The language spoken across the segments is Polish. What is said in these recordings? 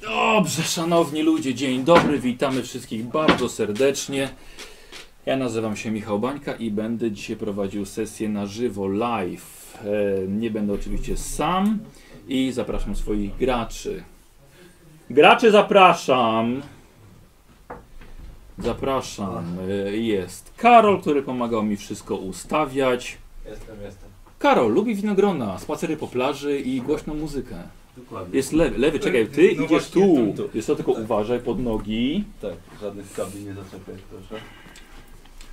Dobrze, szanowni ludzie, dzień dobry, witamy wszystkich bardzo serdecznie. Ja nazywam się Michał Bańka i będę dzisiaj prowadził sesję na żywo live. E, Nie będę oczywiście sam i zapraszam swoich graczy. Graczy zapraszam. Zapraszam. E, Jest Karol, który pomagał mi wszystko ustawiać. Jestem, jestem. Karol lubi winogrona, spacery po plaży i głośną muzykę. Dokładnie. Jest lewy, lewy, czekaj, ty No idziesz właśnie, tu. tam, tu. Jest to tylko uważaj pod nogi. Tak, żadnych kabli nie zaczepiać, proszę.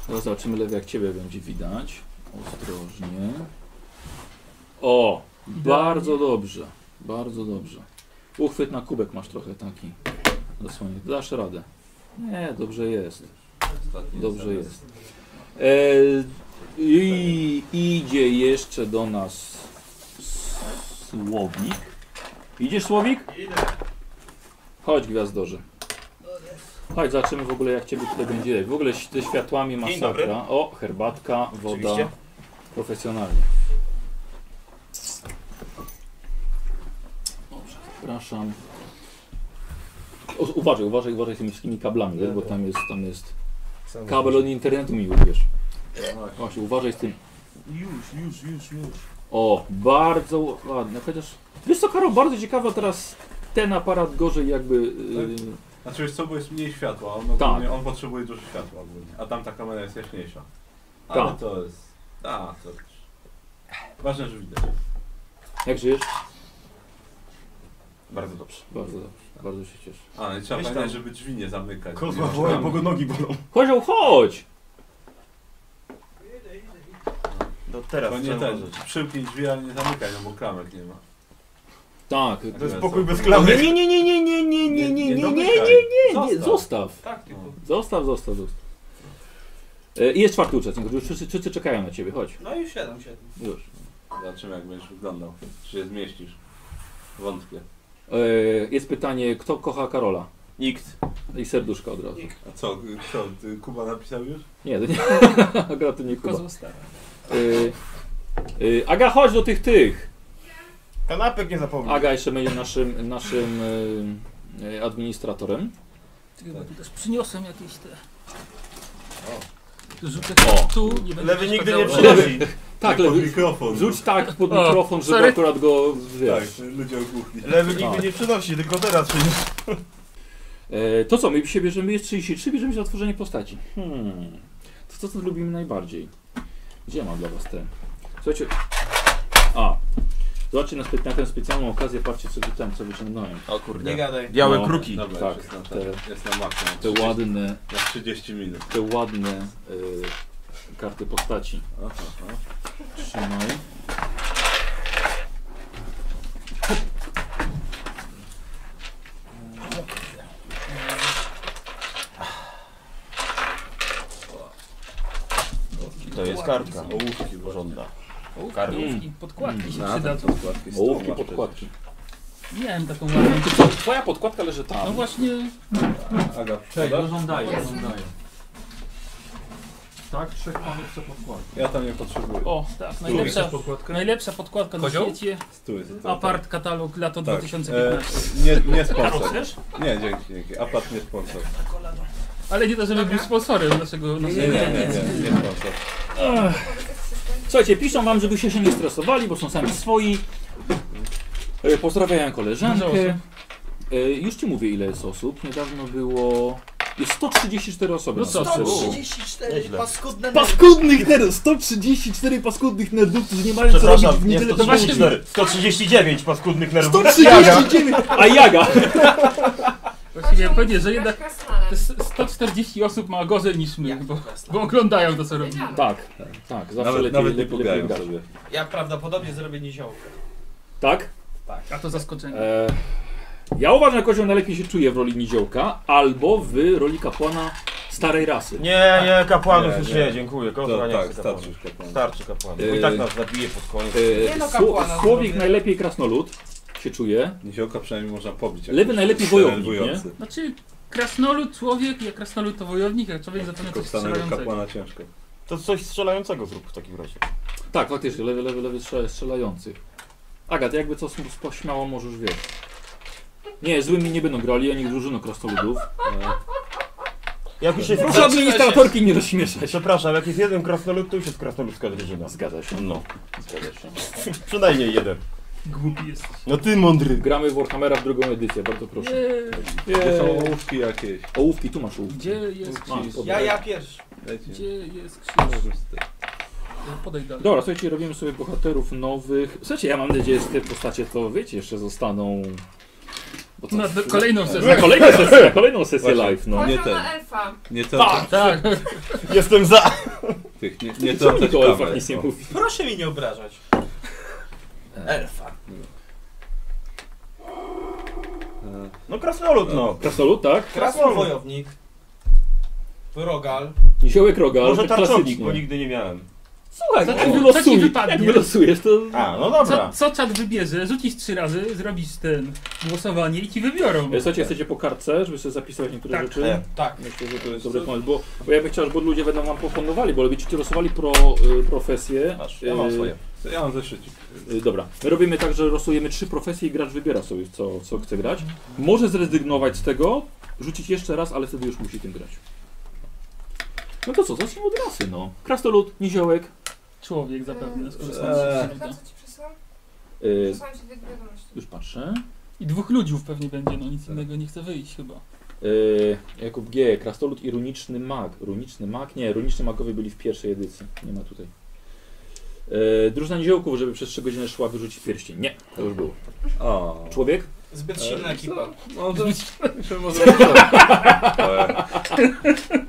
Zaraz zobaczymy lewy, jak ciebie będzie widać. Ostrożnie. O, bardzo dobrze, bardzo dobrze. Uchwyt na kubek masz trochę taki. Dosłownie, dasz radę. Nie, dobrze jest. Ostatni Dobrze SMS. jest. E, I idzie jeszcze do nas Słowik. Idziesz Słowik? Idę. Chodź Gwiazdorze. No Chodź, zobaczymy w ogóle jak Ciebie tutaj będzie. W ogóle ś- ze światłami Dzień dobry. masakra. O, herbatka, woda. Oczywiście. Profesjonalnie. Dobrze, przepraszam. O, uważaj, uważaj, uważaj z tymi wszystkimi kablami, wiesz, bo tam jest, tam jest Kabel od internetu mi ubierz. No tak, Właśnie, uważaj z tym. Już, już, już, już. O, bardzo ładne, chociaż... Wiesz co, Karol, bardzo ciekawe teraz ten aparat gorzej jakby... Yy, Znaczy wiesz co, bo jest mniej światła, on, Tak. ogólnie, on potrzebuje dużo światła ogólnie, a tamta kamera jest jaśniejsza. Ale Tak. to jest... A, to już. Ważne, że widać. jak żyjesz? Bardzo dobrze. Bardzo dobrze, bardzo się cieszę. A, no i trzeba Weź pamiętać, tam. żeby drzwi nie zamykać. Kozła Nie woła, otwieramy. bo go nogi bolą. Kozioł, chodź! No teraz, To nie ten, że przymknij drzwi, ale nie zamykaj, no bo klamek nie ma. Tak. To jest Są. pokój bez O, nie, klamek. nie, nie, nie, nie, nie, nie, nie, nie, nie, nie, nie, domykaj. nie, nie, zostaw. Tak, No. Zostaw, zostaw, zostaw. E, i Jest czwarty uczestnik, już wszyscy, wszyscy czekają na ciebie, chodź. No i siadam, siadam. Już. Zobaczymy jak będziesz wyglądał. Czy się zmieścisz. Wątpię. E, Jest pytanie, kto kocha Karola? Nikt. I serduszka od razu. A co, y, co, ty Kuba napisał już? Nie, to nie. Akurat to nie Kuba. Kozła stara. Y, y, Aga, chodź do tych tych. Kanapek nie zapomnij. Aga jeszcze będzie naszym, naszym y, y, administratorem. Ty, Tak. bo też przyniosłem jakieś te. O. Rzucę O. tu, nie będę Lewy przeszkadzało. nigdy nie przyda- przychodzi. Tak, pod lewy, mikrofon. rzuć tak pod O, mikrofon, żeby sorry. akurat go Tak, wiesz. ludzie ogłuchli. Lewy nigdy nie przynosi, tylko teraz przynosi. E, to co, my się bierzemy, jest 33, bierzemy się za tworzenie postaci. Hmm. To co, co lubimy najbardziej? Gdzie mam dla was ten? Słuchajcie, a, zobaczcie na, spe- na tę specjalną okazję, patrzcie co tam, co wyciągnąłem. O kurde. gadaj. Białe kruki. Dobra, Tak, tak, jest, na, te- jest na maksa. Te ładne, Na 30 minut. te ładne y, karty postaci. Aha, aha. Trzymaj. To jest kartka. Ołówki żąda. Ołówki, podkładki się Na, przyda. te podkładki z Ołówki, tyłu masz podkładki. Miałem taką ładną. Twoja podkładka leży tam. No właśnie. przecież. Aga, podasz? żądaję, żądaję. Tak, trzech panów chce podkładki. Ja tam nie potrzebuję. O, tak, najlepsza, podkładkę? najlepsza podkładka na Kozioł? świecie. Stół jest. to- Apart katalog lato No, tak. 2015. E, nie, nie Karol, sponsor. chcesz? Nie, dzięki, dzięki. Apart nie sponsor. Ale nie to, żeby był sponsorem naszego. E- Nie, naszego nie, nie, nie, nie sponsor. Słuchajcie, piszą wam, żebyście się nie stresowali, bo są sami swoi. E, Pozdrawiam Dużo koleżankę. osób. E, Już ci mówię ile jest osób. Niedawno było... Jest 134 osoby. No na co ty? serwerze. 134 paskudne Paskudnych nerdów! 134 paskudnych nerdów, którzy nie mają co robić Przepraszam, w nie niedzielę. To właśnie 134, 139 paskudnych nerwów. 139! A jaga! Właściwie powiedzieć, że jednak Kaśka z Hanem. te s- 140 osób ma gorzej niż my, bo, bo oglądają to, co robimy. Tak, tak, zawsze Nawet, lepiej, nawet nie lepiej, lepiej pograją grać. sobie. Ja prawdopodobnie zrobię niziołkę. Tak? A to zaskoczenie. E, ja uważam, że kozioł najlepiej się czuje w roli niziołka albo w roli kapłana starej rasy. Nie, nie, kapłanów Nie, już nie. nie, dziękuję. Kozła To, nie tak, chcę kapłanów. starczy już kapłan. Starczy kapłanów. Bo Yy. I tak nas zabije pod koniec. E, Nie no, Sło- kapłana Słowik zrobię. najlepiej krasnolud się czuje. Niziołka przynajmniej można pobić. jak Lewy jest najlepiej denerwujący. wojownik, nie? Znaczy, krasnolud człowiek, jak krasnolud to wojownik, jak człowiek zaczyna Tylko coś samego strzelającego. kapłana ciężko. To coś strzelającego zrób w takim razie. Tak, faktycznie, lewy, lewy, lewy strzela- strzelający. Agat, jakby co sm- śmiało możesz wiedzieć. Nie, złymi nie będą grali, oni drużyną krasnoludów. Jak już jest... Proszę administratorki nie rozśmieszać. Przepraszam, jak jest jeden krasnolud, to już jest krasnoludka drużyna. Zgadza się. No, Zgadza się. przynajmniej jeden. Głupi jesteś. No ty mądry. Gramy w Warhammera w drugą edycję, bardzo Eee. proszę. Gdzie są ołówki jakieś? Ołówki, tu masz ołówki. Gdzie jest A, krzyż? pod- Ja, ja pierwszy. Lecie. Gdzie jest krzyż? Podaj dalej. Dobra, słuchajcie, robimy sobie bohaterów nowych. Słuchajcie, ja mam nadzieję, że te postacie to, wiecie, jeszcze zostaną... Bo co- Na d- kolejną na sesję. kolejną sesję, na kolejną sesję Właśnie. live, no. nie Poziom ten. na elfa. Nie to, tak. Tak, Jestem za. tych, nie, nie no. Co to, mi też to o elfach kawę. nic nie O. mówi? Proszę mi nie obrażać. Elfa. E, No krasnolud no. Krasnolud, tak? Krasny wojownik. Rogal. Niziołek roga, ale Może tak tarczownik, klasycznie. bo nigdy nie miałem. Słuchaj, Co no, ci wy- co ci wylosuj. wypadnie? Jak wylosujesz, to... A, no co, dobra. co czat wybierze? Rzucisz trzy razy, zrobisz ten głosowanie i ci wybiorą. E, Słuchajcie, chcecie po kartce, żeby sobie zapisać niektóre Tak. rzeczy? E. Tak. Myślę, że to jest dobry pomysł, bo, bo ja bym chciał, bo ludzie będą wam proponowali, bo będziecie losowali pro, y, profesję. Masz, Ja mam Y, swoje. Ja mam zeszycik. Y, Dobra, my robimy tak, że losujemy trzy profesje i gracz wybiera sobie, co, co chce grać. Może zrezygnować z tego, rzucić jeszcze raz, ale wtedy już musi tym grać. No to co, zacznijmy od rasy, no. Krastolud, niziołek. Człowiek zapewne. skorzystając z Eee. Tylko przywidu. co ci przysłał? Y, Przysłałem ci dwie wiadomości. już patrzę. I dwóch ludziów pewnie będzie, no Tak. nic innego nie chce wyjść chyba. Y, Jakub G, krastolud i runiczny mag. Runiczny mag? Nie, runiczni magowie byli w pierwszej edycji. Nie ma tutaj. Yy, drużyna niziołków, żeby przez 3 godziny szła wyrzucić pierścień. Nie, to już było. O. Człowiek? Zbyt silna ekipa. No Może... Może...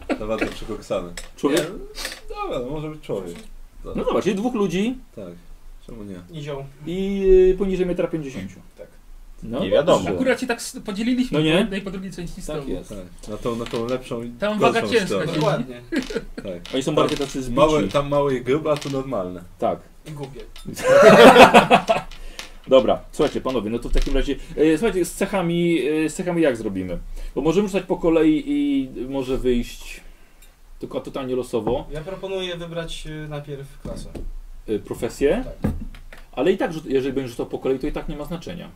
E, To bardzo przekoksany. Człowiek? Dobra, no może być człowiek. No zobacz, jest dwóch ludzi Tak. Czemu nie? Nizioł. i y, poniżej 1,50 m. Tak. No, Nie wiadomo. dobrze. Akurat się tak s- podzieliliśmy No no nie? po jednej po drugiej części stołu. Tak jest. Tak. Na tą, na tą lepszą i Tam gorszą waga ciężka stronę. się- Dokładnie. Tak. Oni są bardziej tacy zbici. Małe, tam małe i grube, a to normalne. Tak. I głupie. Dobra, słuchajcie panowie, no to w takim razie, e, słuchajcie, z cechami, e, z cechami jak zrobimy? Bo możemy rzucać po kolei i może wyjść tylko totalnie losowo Ja proponuję wybrać y, najpierw klasę. e, profesję, ale i tak, rzut- jeżeli będziesz rzucał po kolei, to i tak nie ma znaczenia.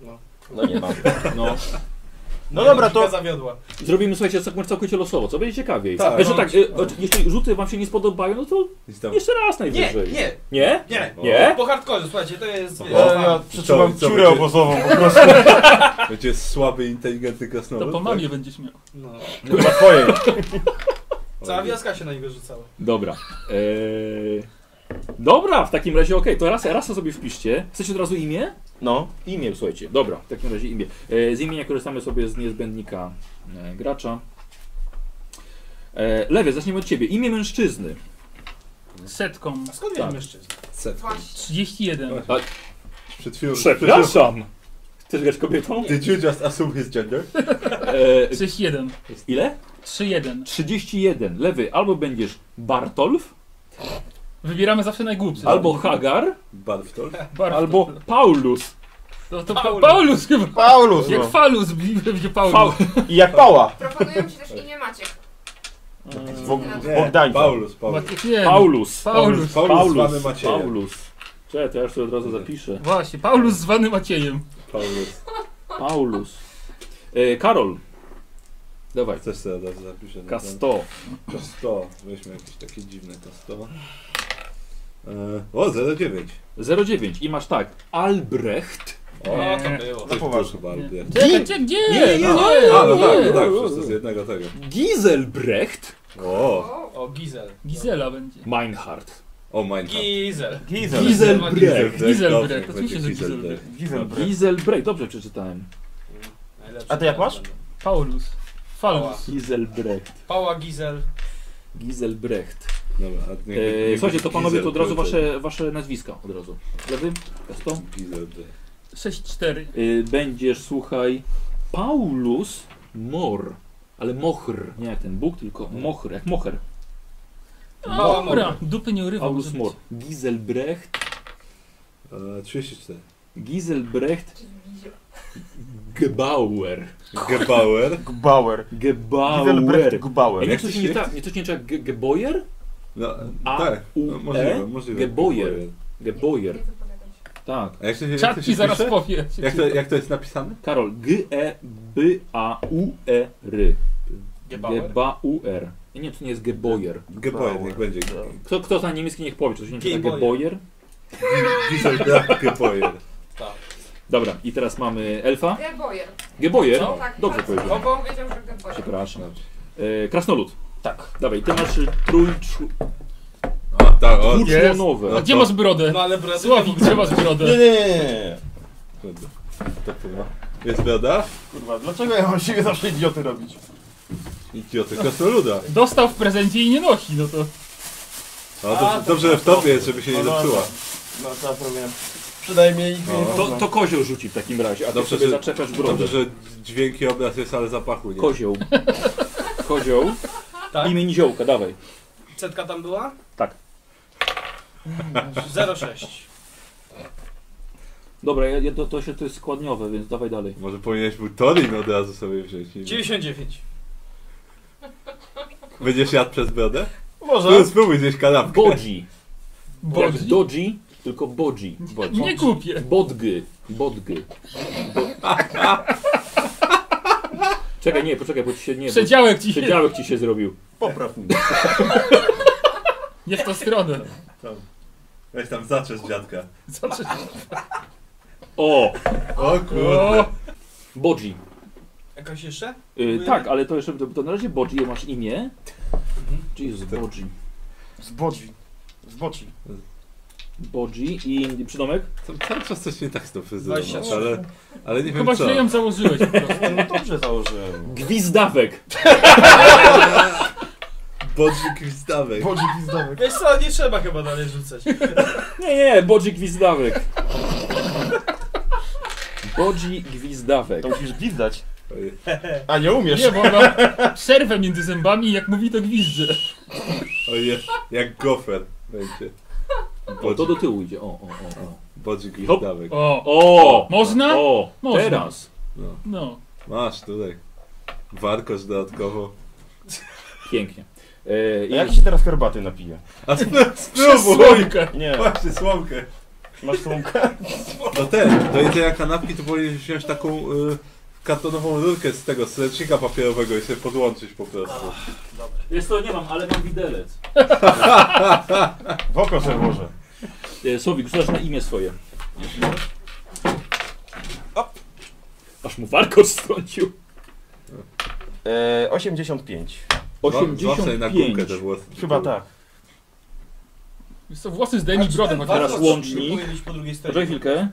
No. No nie mam. No, No dobra, to- Logika Zawiodła. zrobimy słuchajcie całk- całkowicie losowo, co będzie ciekawiej. Tak. Znaczy, tak, e, No. oczy- jeśli rzuty wam się nie spodobają, no to Nic tam. jeszcze raz Nie, najwyżej. nie, Nie? nie. Nie? Po hardkorze, słuchajcie, to jest... O, wiesz, Ja, ja fan. przytrzymam Co- co ciurę będzie? obozową po prostu. Będzie słaby, inteligentny No, tak? krasnolud. tak. To po mamie będziesz miał. No. Chyba twojej. Tak? Cała wioska się na niego rzucała. Dobra. Eee... Dobra, w takim razie okej, to raz, raz sobie wpiszcie. Chcecie od razu imię? No. Imię, słuchajcie. Dobra, w takim razie imię. E, z imienia korzystamy sobie z niezbędnika e, gracza. E, lewy, zaczniemy od ciebie. Imię mężczyzny. Setką. A skąd Tak. wiemy mężczyzn? Cewka. Właśnie. 31. Przed chwilą... Chcesz grać kobietą? Did you just assume his gender? E, 31. ile? 31. 31. Lewy, albo będziesz Bartolf, Wybieramy zawsze najgłupszy. albo Hagar, Barwtol? Barw- albo Paulus. To, to Paulus. Paulus. Paulus chyba. Paulus Jak no. Falus będzie Paulus. Paul- I jak pała. Proponuję ci też imię Maciek. Bog- Nie, Bogdańca. Paulus, Paulus. Maciek, nie, Paulus. Paulus. Paulus. zwany Paulus. Macieja. Paulus. Cześć, to ja już to od razu zapiszę. Właśnie, Paulus zwany Maciejem. Paulus. Paulus. E, Karol. Dawaj. Chcesz sobie zaraz zapiszę. na K100. ten- K100. Weźmy jakieś takie dziwne K100. E, o, 09. 09. I masz tak. Albrecht. O, Nie. to było. to No poważnie. chyba Albrecht. Czekaj, gdzie? Gdzie? Nie, nie, nie. A, no tak, Nie. no tak, wszyscy z jednego tego. Giselbrecht. O, O, O, Gizel. Gizela będzie. Meinhardt. o Minecraft. Gizel. Gizel. Giselbrecht. Giselbrecht, to mi się, że Giselbrecht. Gizel. Giselbrecht. Dobrze przeczytałem. Najlepszy A ty jak masz? będą. Paulus. Falus. Giselbrecht. Pała Gizel. Giselbrecht. Dobra, a niech- E, słuchajcie, niech to będzie panowie to od razu Giselbrecht. wasze, wasze nazwiska. Od razu. Lewy. Gaston. Giselbrecht. 6-4. E, będziesz, słuchaj, Paulus Mor. Ale Mohr. Nie jak ten Bóg, tylko Mohr. Jak Moher. Mała Dobra, dupy nie urywa. Paulus może Mor. być. Giselbrecht. E, 34. Giselbrecht czyli Gizio. Gebauer. Gebauer. Gbauer. Gebauer. Gizelbrecht Gbauer. Ej, nie coś nie tak, nie coś nie tak Ge- Geboyer? No, A, tak, U, no, E, możliwe, możliwe. Geboyer. Geboyer. Nie wypowiadam się. Tak. jak to się, jak to Czat ci się zaraz pisze? powie. Jak to, jak to jest napisane? Karol, G-E-B-A-U-E-R. Gebauer. G-B-A-U-R. Nie, nie, to nie jest Geboyer. Gepoet, niech będzie. Kto, kto zna niemiecki, niech powie, czy to się nie czyta Geboyer. Geboyer? Diesel Black Gepoet. Tak. Dobra, i teraz mamy elfa. Geboyer. Geboyer? No, Co? Tak, Dobrze bardzo powiedziałem. dobrze powiedział, że Geboyer. Przepraszam. E, krasnolud. Tak. Dawaj, ty masz y, trójczu... O, tak, o. Nie, dwuczłonowe. A gdzie masz brodę? No ale brat... Sławik, gdzie masz brodę? nie, nie, nie. Kurde. To chyba. Jest broda? Kurwa, dlaczego ja mam siebie zawsze idioty robić? Idioty krasnoluda. Dostał w prezencie i nie nosi, no to... A, dobrze, dobrze że w tobie jest, żeby się nie No, no, zepsuła. No, to ja powiem. Przynajmniej ich nie No. To, poznam. to kozioł rzuci w takim razie, a ty Dobrze, sobie że- zaczepiasz brodę. Dobrze, że dźwięk i obraz jest, ale zapachu nie. Kozioł. Kozioł. Tak. Imię niziołka, dawaj. Setka tam była? Tak. 06. Dobra, ja, ja, to, to się to jest składniowe, więc dawaj dalej. Może powinieneś był Torin od razu sobie wziąć. nie wiem. 99. Będziesz jadł przez brodę? Może. No, spróbuj zjeść kanapkę. Bodzi. Jak Bodzi? Dodzi, tylko bodzi. Nie kupię. Bodgy. Bodgy. Bo... Czekaj, nie, poczekaj, bo ci się nie... Bo... Przedziałek ci się... Przedziałek ci się zrobił. Popraw mnie. Nie w tą stronę. Weź tam zaczesz dziadka. Co ty... O! O kurde. O, Bodzi. Jakaś jeszcze? Y, tak, ale to jeszcze... To na razie bodzi, masz imię. Mhm. Jezus, bodzi. Zbodzi. Zboczy. Bodzi i przydomek? Tam cały czas coś nie tak z tą fryzurą 23. masz, ale, ale nie wiem chyba co. źle ją założyłeś po prostu. No dobrze założyłem. Gwizdawek. Bodzik i wstawek. Bodzi pizdowy. Wiesz co, nie trzeba chyba dalej rzucać. Nie, nie, bodzi gwizdawek. Bodzi gwizdawek. To musisz gwizdać. Ojej. A nie umiesz. Nie, bo ona przerwę między zębami i jak mówi to gwizdże. Ojej, jak gofer będzie. O, No to Bodzik, do tyłu idzie. O, o, o. o. bodzik i Hop. wstawek. O, O! Można? O! Można. Teraz! no. Masz tutaj. Warkosz dodatkowo. Pięknie. E, A i- jak się teraz herbaty napije? A sp- Przez spróbuj! słomkę. Nie, Właśnie słomkę. masz słomkę? No ten, do jedzenia kanapki to powinieneś wziąć taką y, kartonową rurkę z tego, z ręcznika papierowego i sobie podłączyć po prostu. Jest to nie mam, ale mam widelec. W oko sobie włożę. E, Słowik, rzucasz na imię swoje. Aż mu warkocz strącił. E, 85. Zła- zła sobie na gumkę 85. te No, włosy. Chyba tak. Wiesz co, włosy zdejmij Znaczy, brodę. chociaż. teraz łącznik. Iść po drugiej stronie. Poczekaj chwilkę.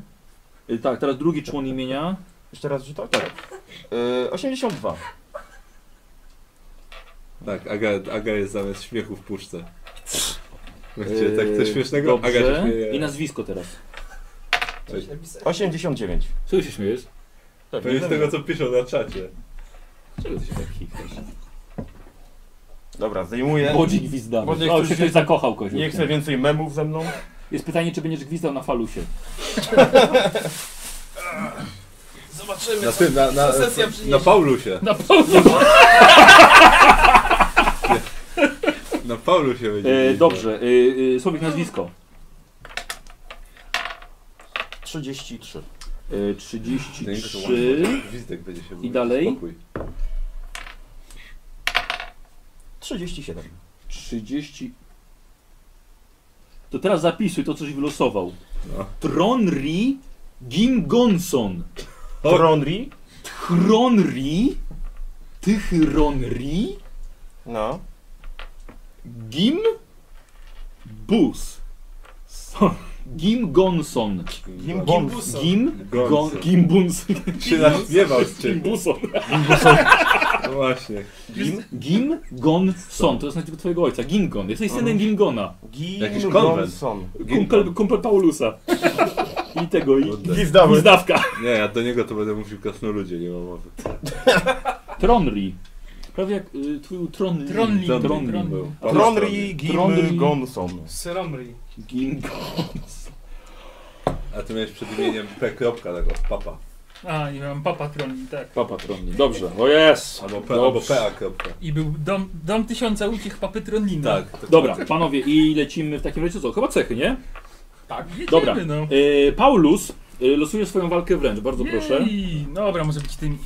E, Tak, teraz drugi człon imienia. Jeszcze raz rzucać? Tak. E, 82. Tak, Aga, Aga jest zamiast śmiechu w puszce. Wiecie, E, tak coś śmiesznego? Aga się Dobrze. śmieje. I nazwisko teraz. Cześć. 89. Co ty się śmiejesz? Tak, To jest tego, co piszą na czacie. Czego ty się tak chichasz? Dobra, zdejmuję. Bodzi Bo gwizdamy. niech O, ktoś się ktoś się- zakochał kogoś. Nie chcę więcej memów ze mną. Jest pytanie, czy będziesz gwizdał na falusie. Zobaczymy. Na tym, na, na, Sesja przyniesie. na Paulusie. Na pewno. Na Paulusie będzie. no. E, liczba. dobrze, e, e, Słowik nazwisko. 33. E, Ten, kto 33. łączy, Gwizdek będzie się mówił. dalej? Spokój. 37. 30. To teraz zapisuj to, coś wylosował. No. Tronri Gingonson. O! Tronri. Tronri. Tychronri. No. Gim. Bus. So, Gimgonson. Kim Bom. Gimbuso. Gim. Gon, Gonson. gimbuns. Się naśmiewał z ciebie. Gimbuson. No właśnie. Gim. Gimgonson. To jest nazwisko twojego ojca. Gingon. Jesteś no. synem Gingona. Jakiś Gim. konwent. Gonson. Kumpel, kumpel Paulusa. I tego. No, I, Kurde. Gwizdamy. Zdawka. Nie, ja do niego to będę mówił krasnoludzie, nie ma mowy. Tronli. Prawie jak y, twój Tronli. Tronli. Tronli Tronli. był. Tronri. Tronri. Gim. Gonson. Syromri. Gingons. A ty miałeś przed imieniem P. kropka tego, papa. A, i mam papatroni, tak. Papa Tronli. Dobrze. O jest. Albo P, albo P, a kropka. I był dom, dom tysiąca uciech papy Tronina. Tak. to- Dobra, panowie, i lecimy w takim razie co? Chyba cechy, nie? Tak. Jedziemy, Dobra. no. E, Paulus e, losuje swoją walkę wręcz, bardzo proszę. Jej, Dobra, może być tymi.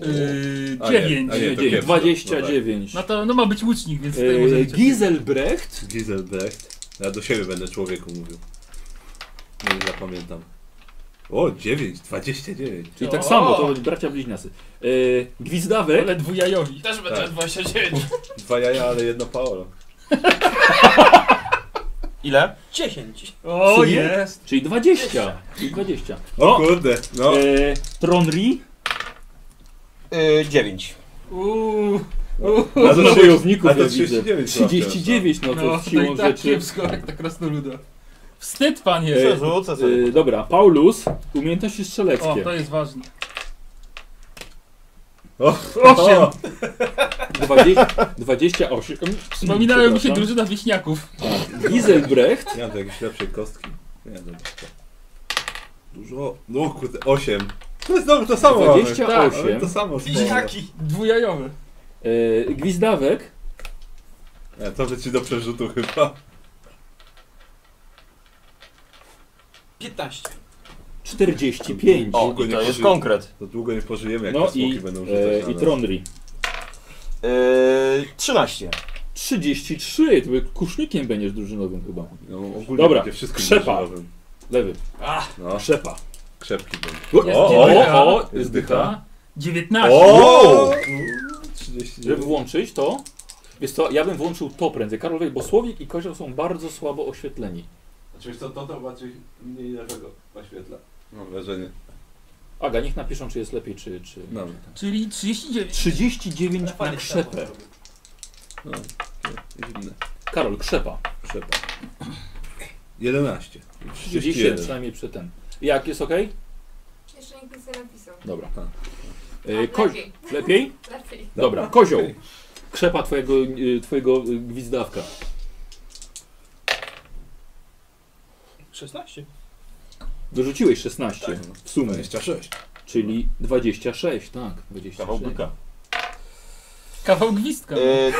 Yy, A nie, dziewięć. a nie. to No tak. Dziewięć, kiepsko. 29. No to no ma być łucznik, więc tutaj może E, być. Giselbrecht Giselbrecht. Ja do siebie będę człowieku mówił. Nie zapamiętam. O, 9, 29. Czyli tak O! samo, to będzie bracia bliźniacy. E, Gwizdawek. Ale dwujajowi. Też będę Tak. 29. Dwa jaja, ale jedno Paolo. Ile? 10. O, Sumie? jest. Czyli 20. Czyli 20. O! O, kurde, no. E, Tronri. Yy, 9. Uuu. Uuu. A to Znowu trzy- wojowników a to ja widzę. 39 była 39, no to No, to siłą i tak rzeczy. kiepsko, jak ta krasnoluda. Wstyd, panie. Ej, Przerzucę sobie. E, dobra, Paulus, umiejętności O, strzeleckie. to jest ważne. Osiem. 20, 28. Przypominają mi się Przepraszam. drużyna wieśniaków. Giselbrecht. Nie mam tu jakiejś lepszej kostki. Nie wiem. Dużo. No kurde, 8. To jest dobrze, to samo mamy. 28. Mamy To samo z Paolo. Bliźniaki. Dwujajowy. E, gwizdawek. Nie, to by ci do przerzutu chyba. 15. 45. O, Długo i nie to jest pożyję. konkret. To długo nie pożyjemy, jak No te smoki i, będą rzucać e, na i nas. Tronri. Yy, 13. 33. To by kusznikiem będziesz drużynowym chyba. No, ogólnie Dobra, będzie wszystkim krzepa. drużynowym. Lewy. Ach, No, Szepa. krzepki będzie. Jest O, dycha. o, o, Jest zdycha. dycha. 19. O! Żeby 39. włączyć to, jest to, ja bym włączył to prędzej. Karolowej, bo Słowik i Kozioł są bardzo słabo oświetleni. Znaczy to, to, to bardziej mniej lewego oświetla. Mam wrażenie. Aga, niech napiszą, czy jest lepiej, czy... czy... Dobra. Czyli 39. 39 na fajnie krzepę. się tam No, inne. Karol, krzepa. Krzepa. 11. 37 przynajmniej przy ten. Jak, jest ok? Jeszcze nikt nic nie napisał. Dobra. Tak. E, ko... Lepiej, Lepiej? lepiej. Dobra, kozioł. Okej. Krzepa twojego, y, twojego y, gwizdawka. 16. Dorzuciłeś 16 Tak. w sumie, 26. czyli 26, tak. 26. Kawał byka. Kawał gwizdka. E, Yy,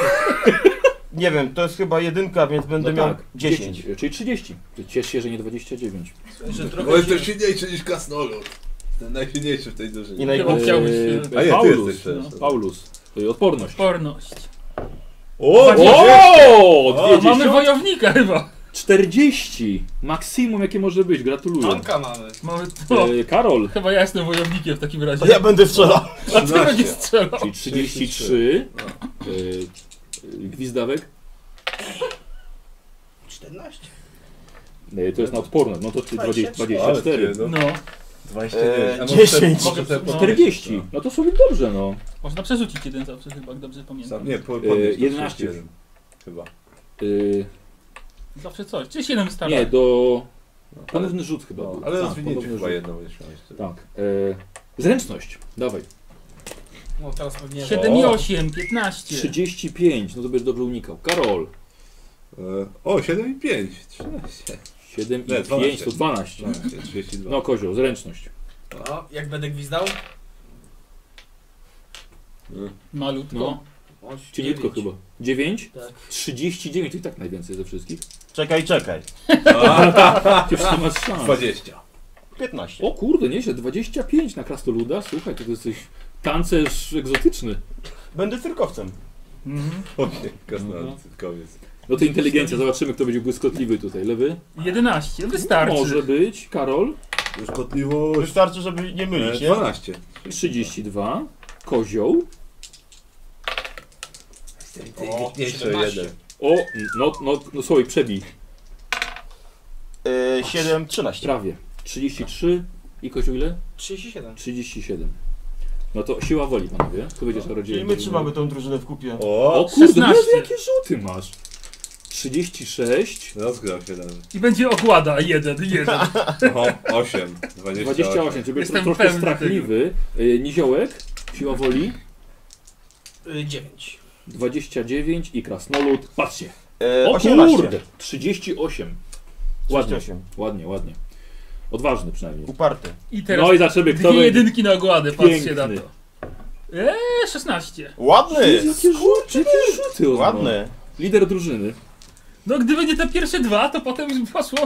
nie wiem, to jest chyba jedynka, więc będę No miał tak, 10. Czyli 30. Ciesz się, że nie 29. Że Bo trochę jestem się... silniejszy niż kasnolot. Jestem najsilniejszy w tej drużynie. I naj- Chyba chciałbyś. Eee, e, A nie, ty Paulus, jesteś przecież. Paulus. y, Odporność. Odporność. O! O! O, O, mamy 20. wojownika chyba. 40. Maksimum jakie może być. Gratuluję. Tanka mamy. Mamy to. Eee, Karol, Chyba ja jestem wojownikiem w takim razie. To ja będę strzelał. A ty będzie 13. strzelał. czyli 33. Eee, y, Gwizdawek. 14. Eee, To jest na odporność. No to ty 20, Ale ty, 24. no. No, 29. Eee, A może 10. Te, może te No. 40. No to sobie dobrze, no. można przerzucić jeden zawsze chyba, jak dobrze pamiętam. No. Sam, E, nie, po, Eee, podnieś to 11. 31. Chyba. Eee, Zawsze coś. Czy 7 stara? Nie, do... No, ale Ponowny rzut chyba. no, był. ale Tak, rozwinięcie ponowny chyba rzut. jedno będziesz miał jeszcze. Tak. Eee, Zręczność. Dawaj. No teraz pewnie... 7 i O. 8, 15. 35. No to będziesz dobrze unikał. Karol. Eee, O, 7 i 5. 13. 7 Nie, Tak. i 5 to 12. 12. 32. No kozioł, zręczność. No, jak będę gwizdał? Malutko. No. O, Cieniutko dziewięć. chyba. 9? Tak. 39 to i tak najwięcej ze wszystkich. Czekaj, czekaj. Tak, Ty już nie masz szans. 20. 15. O kurde, nieźle, 25 na krastoluda. Słuchaj, to ty jesteś tancerz egzotyczny. Będę cyrkowcem. Mhm. Okej, kasnolutkowiec. No to inteligencja, zobaczymy kto będzie błyskotliwy tutaj. Lewy? 11, no wystarczy. Może być. Karol? Już kotliwość. Wystarczy, żeby nie mylić, Eee, nie? 12. 32. Kozioł? Jestem O, inteligentniejszy. jeszcze jeden. O, no, no, no słuchaj, przebij. Yy, 7, 13. Prawie. 33 i kozioł ile? 37. 37. No to siła woli panowie. Tu będziesz No, Czyli rodziny. my trzymamy tą drużynę w kupie. O, O kurde, 16. Jezu, jakie rzuty masz? 36, rozgrał się nawet. I będzie ogłada. Jeden, jeden. O, 8. 28. 28, żeby Jestem tro, troszkę pewny strachliwy. Y, Niziołek, siła woli, 9. 29 i krasnolud. Patrzcie, E, Eee, o 18. kurde, 38. Ładnie, 38. ładnie, ładnie. Odważny przynajmniej. Uparty. I teraz No i zaczynamy, dwie kto będzie... jedynki na ogładę, patrzcie na Piękny. to. Eee, 16. Ładny! Jezu, Jakie rzuty, jakie rzuty on ma. Ładny. Lider drużyny. No gdyby nie te pierwsze dwa, to potem już by poszło.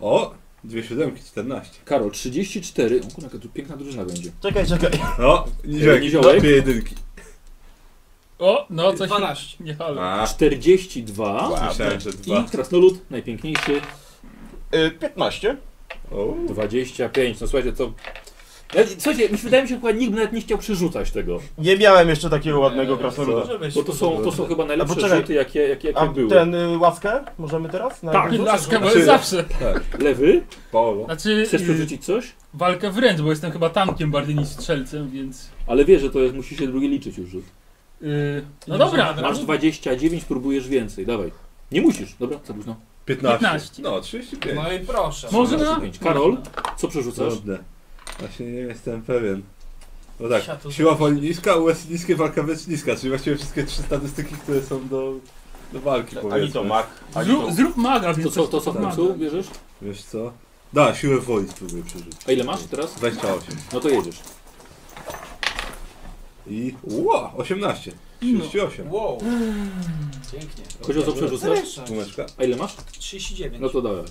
O! Dwie siódemki, 14. Karol, 34. O kurwa, jaka tu piękna drużyna będzie. Czekaj, czekaj. No, niziołek, Niziołek. dwie jedynki. O, no coś 12. nie halo. A, 42. myślałem, że I dwa. krasnolud, najpiękniejszy, Y, 15. O, 25. No słuchajcie, to... Ja, słuchajcie, mi się wydaje mi się, że chyba nikt by nawet nie chciał przerzucać tego. Nie miałem jeszcze takiego E, ładnego krasnoluda. Może być. Bo to są, to są chyba A, najlepsze poczekaj. rzuty, jakie, jakie, jakie A były. ten y, łaskę możemy teraz? Na Tak. jedynkę? Laska, bo Znaczy- jest zawsze. Lewy, Paolo. Znaczy, chcesz y, przerzucić coś? walkę wręcz, bo jestem chyba tankiem bardziej niż strzelcem, więc... Ale wiesz, że to jest, musi się drugi liczyć już rzut. y, no Nie dobra, można. Masz 29, próbujesz więcej, dawaj. Nie musisz, dobra, za późno. 15. 15. No, 35. No i proszę. Może na... 25. Karol, co przerzucasz? Trudne. Właśnie nie jestem pewien. No tak, Siatu. siła woli niska, US niskie, walka wręcz niska, czyli właściwie wszystkie trzy statystyki, które są do, do walki Ani to powiedzmy. mak. ani Zrób, to- zrób maga, To więc co, to co w maga. końcu bierzesz? Wiesz co? Da, siłę woli spróbuję przeżyć. A ile masz teraz? 28. No to jedziesz. I... Ło! 18. No. 38. Wow. Pięknie. Chodzi o co przerzucasz? Gumeczka. A ile masz? 39. No to dawaj.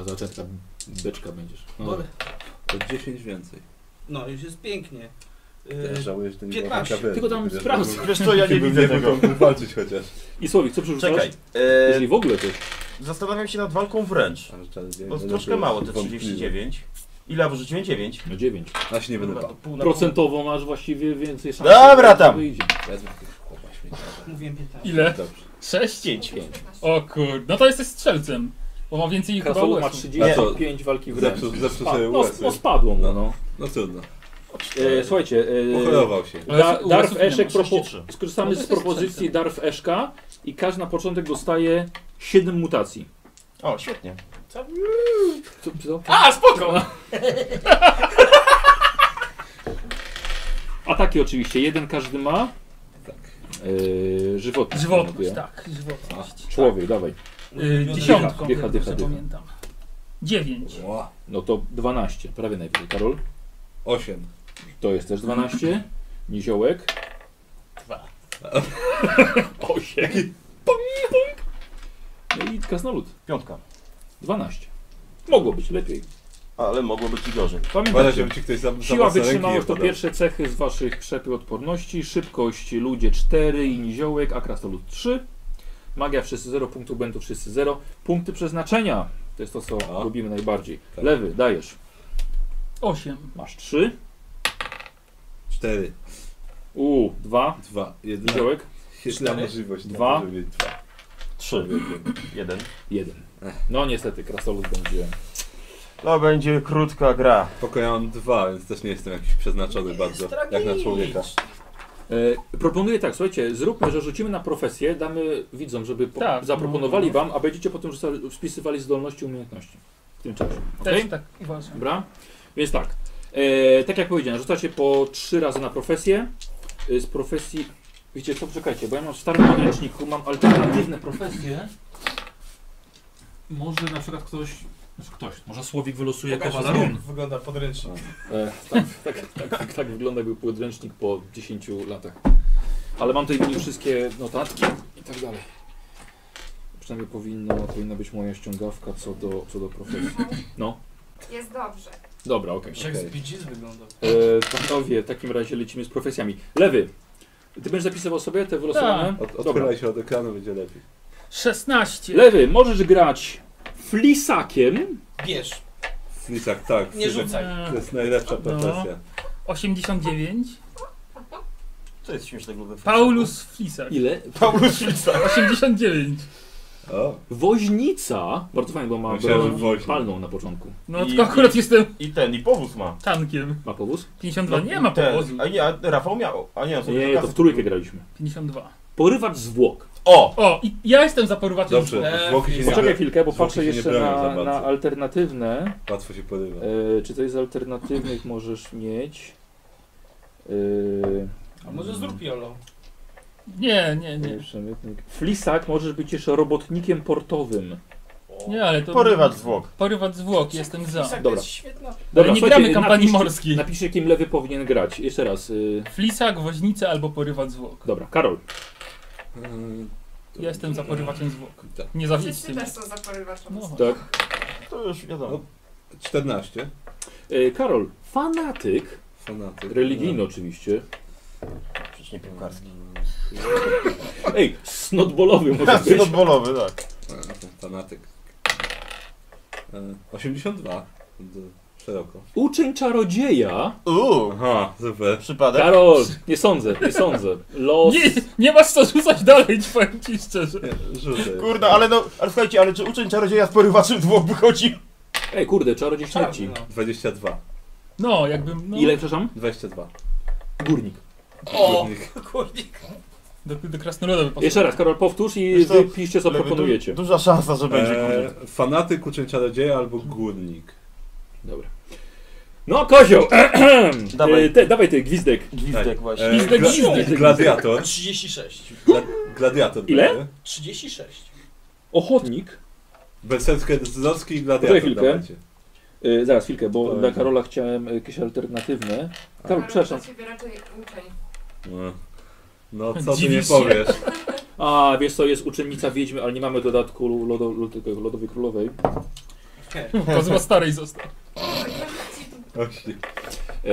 A zaczęta beczka będziesz. No, No, dobra. To 10 więcej. no już jest pięknie. Ja Yy, Żałuję, że to nie 15. była Tylko tam sprawdzę. Wiesz co, ja nie Gdybym widzę nie był, tego. to bym walczyć chociaż. I Słowik, co przerzucasz? Czekaj. Jeżeli E, w ogóle to. zastanawiam się nad walką wręcz. Ale czas nie- Bo nie No, troszkę było mało te No, wątpliwe. 39. Ile wyrzuciłem? 9. No 9. Ja się nie będę bał. pół Procentowo masz właściwie więcej szans. Dobra, że to tam. Wyjdzie. Wezmę tych chłopa śmieciarza. mówiłem 15. Ile? Dobrze. Sześć? 5. O kur... No to jesteś strzelcem. Bo ma więcej chyba Krasolu ma US-u. 35 walki wręcz. Zepsuł, zepsuł A, sobie no, łez. no spadło mu, no. No trudno. E, słuchajcie, Y- e, Pochorował się. Ale da, US-ów Darf nie ma, Eszek propo, 33. skorzystamy No to z jest propozycji strzelcem. Darf Eszka i każdy na początek dostaje 7 mutacji. O, świetnie. Co, co? A, No. spoko! Ataki oczywiście, jeden każdy ma. E, Tak. żywotność. Żywotność, panowie. tak, żywotność. Człowiek, dawaj. Y, Ulubiony dziesiątką, dycha, dycha, dycha, dycha. pamiętam. Dziewięć. Ła. No to 12, prawie najwyżej. Karol, 8. to jest też 12. Niziołek. 2. 8. No i krasnolud. Piątka. 12. Mogło być lepiej. Ale mogło być i gorzej. Uważaj, Pamiętajcie, żeby ci ktoś za, za siła mocno ręki nie wytrzymałość to podał. pierwsze cechy z waszych krzepy odporności. Szybkość ludzie 4 i niziołek, a krasnolud 3. Magia wszyscy 0, punktu błędu wszyscy 0. Punkty przeznaczenia. To jest to, co A. lubimy najbardziej. Tak. Lewy, dajesz. Osiem. Masz 3. 4, U, 2. 2, 1. Niziołek, Jest na Cztery. możliwość. Dwa. 2. 3. 1. 1. No niestety, krasnolud będzie. To będzie krótka gra. Pokonałem 2, więc też nie jestem jakiś przeznaczony bardzo. Jest Jak na człowieka. tragicznie. E, proponuję tak, słuchajcie, zróbmy, że rzucimy na profesję, damy widzom, żeby po, Tak. zaproponowali wam, a będziecie potem rzuca- wpisywali zdolności i umiejętności w tym czasie. Okej? Też tak uważam. Dobra? Więc tak, e, tak jak powiedziałem, rzucacie po trzy razy na profesję. E, z profesji, wiecie co, czekajcie, bo ja mam w starym podręczniku, mam alternatywne profesje. Może na przykład ktoś, znaczy ktoś, może Słowik wylosuje Pokaż, kowala jak run. Wygląda podręcznik. E, tak, tak, tak, tak, tak wygląda jakby podręcznik po 10 latach. Ale mam tutaj już wszystkie notatki i tak dalej. Przynajmniej powinno, powinna być moja ściągawka co do, co do profesji. No, Jest dobrze. dobra, okej. Jak Okej. z Bee Gees wyglądał. E, Panowie, w takim razie lecimy z profesjami. Lewy, ty będziesz zapisywał sobie te wylosowane? Od, Dobra. odchylaj się od ekranu, będzie lepiej. Szesnaście. Lewy, możesz grać flisakiem. Bierz, Flisak, tak. nie Flisak. rzucaj. E, To jest najlepsza profesja. Osiemdziesiąt dziewięć. To jest śmieszne grube. Paulus Flisak. Ile? Paulus Filsa. 89. O, Woźnica. Bardzo fajnie, bo ma Myślałem, broń że woźny. palną na początku. No I- tylko akurat jestem I ten, i powóz ma. tankiem. Ma powóz? 52 No, nie ma ten. powozu. A nie, a Rafał miał. A nie, on sobie Nie, zakaz- to w trójkę graliśmy. 52. Porywacz zwłok. O! O, i ja jestem za porywaczem zwłok. E, dobrze. Zwłoki się nie Poczekaj biorą. chwilkę, bo Zwłoki patrzę się nie jeszcze bronią za na, bardzo. Tak. na alternatywne. Łatwo się porywa. E, czy coś z alternatywnych możesz mieć? E, A może zrób Jolo. Nie, nie, nie. przemytnik. Flisak możesz być jeszcze robotnikiem portowym. Nie, ale to... Porywacz zwłok. Porywacz zwłok, jestem za. Isak, to Dobra. jest świetna... Ale nie słuchajcie, gramy kampanii napiszcie- morskiej. Napiszcie, kim lewy powinien grać. Jeszcze raz. e, Flisak, woźnica albo porywacz zwłok. dobra, Karol. Yy, Ja jestem za porywaczem zwłok. Tak. Nie za nic z Wszyscy tym. też są za porywaczem. No. Tak. To już wiadomo. 14. E, Karol, fanatyk, Fanatyk. No, religijny oczywiście. Przecież nie piłkarski. Ej, snotbolowy No, może być. Snowballowy, tak. A, ten no, Fanatyk. E, 82. D- Szeroko. Uczeń czarodzieja. Uuu, Aha, super. przypadek. Karol, nie sądzę, nie sądzę. Los. Nie, nie masz co rzucać dalej, ci powiem ci szczerze. Nie, Rzucę. Kurde, ale no, ale słuchajcie, ale czy uczeń czarodzieja z porywaczym dwóch wychodzi? Ej, kurde, czarodziej śmierci. Czarny, 22. No, jakbym... No, Ile, przepraszam? 22. Górnik. no. O, Górnik. kurnik. Do, do krasnoluda by pasował. Jeszcze raz, Karol, powtórz i Wiesz co, wy piszcie, co Lewy, proponujecie. Du duża szansa, że będzie. kurde. E, fanatyk, uczeń czarodzieja albo górnik. Dobra. No, kozioł! Dawaj. E, te, dawaj ty, gwizdek. Gwizdek właśnie. E, Gwizdek, gla- gwizdek. Gladiator. 36. Gla gladiator. Ile? będzie. 36. Ochotnik. Berserker Zdzorski i gladiator. Poczekaj chwilkę. dawajcie. E, zaraz, chwilkę, bo Powiem. dla Karola chciałem e, jakieś alternatywne. Karol, przepraszam. Dla ciebie raczej uczeń. No. No co ty nie Dziwisz się? powiesz? A, wiesz co, jest uczennica wiedźmy, ale nie mamy dodatku lodo, lodo, lodowej królowej. Kozła starej został. Ośli. E,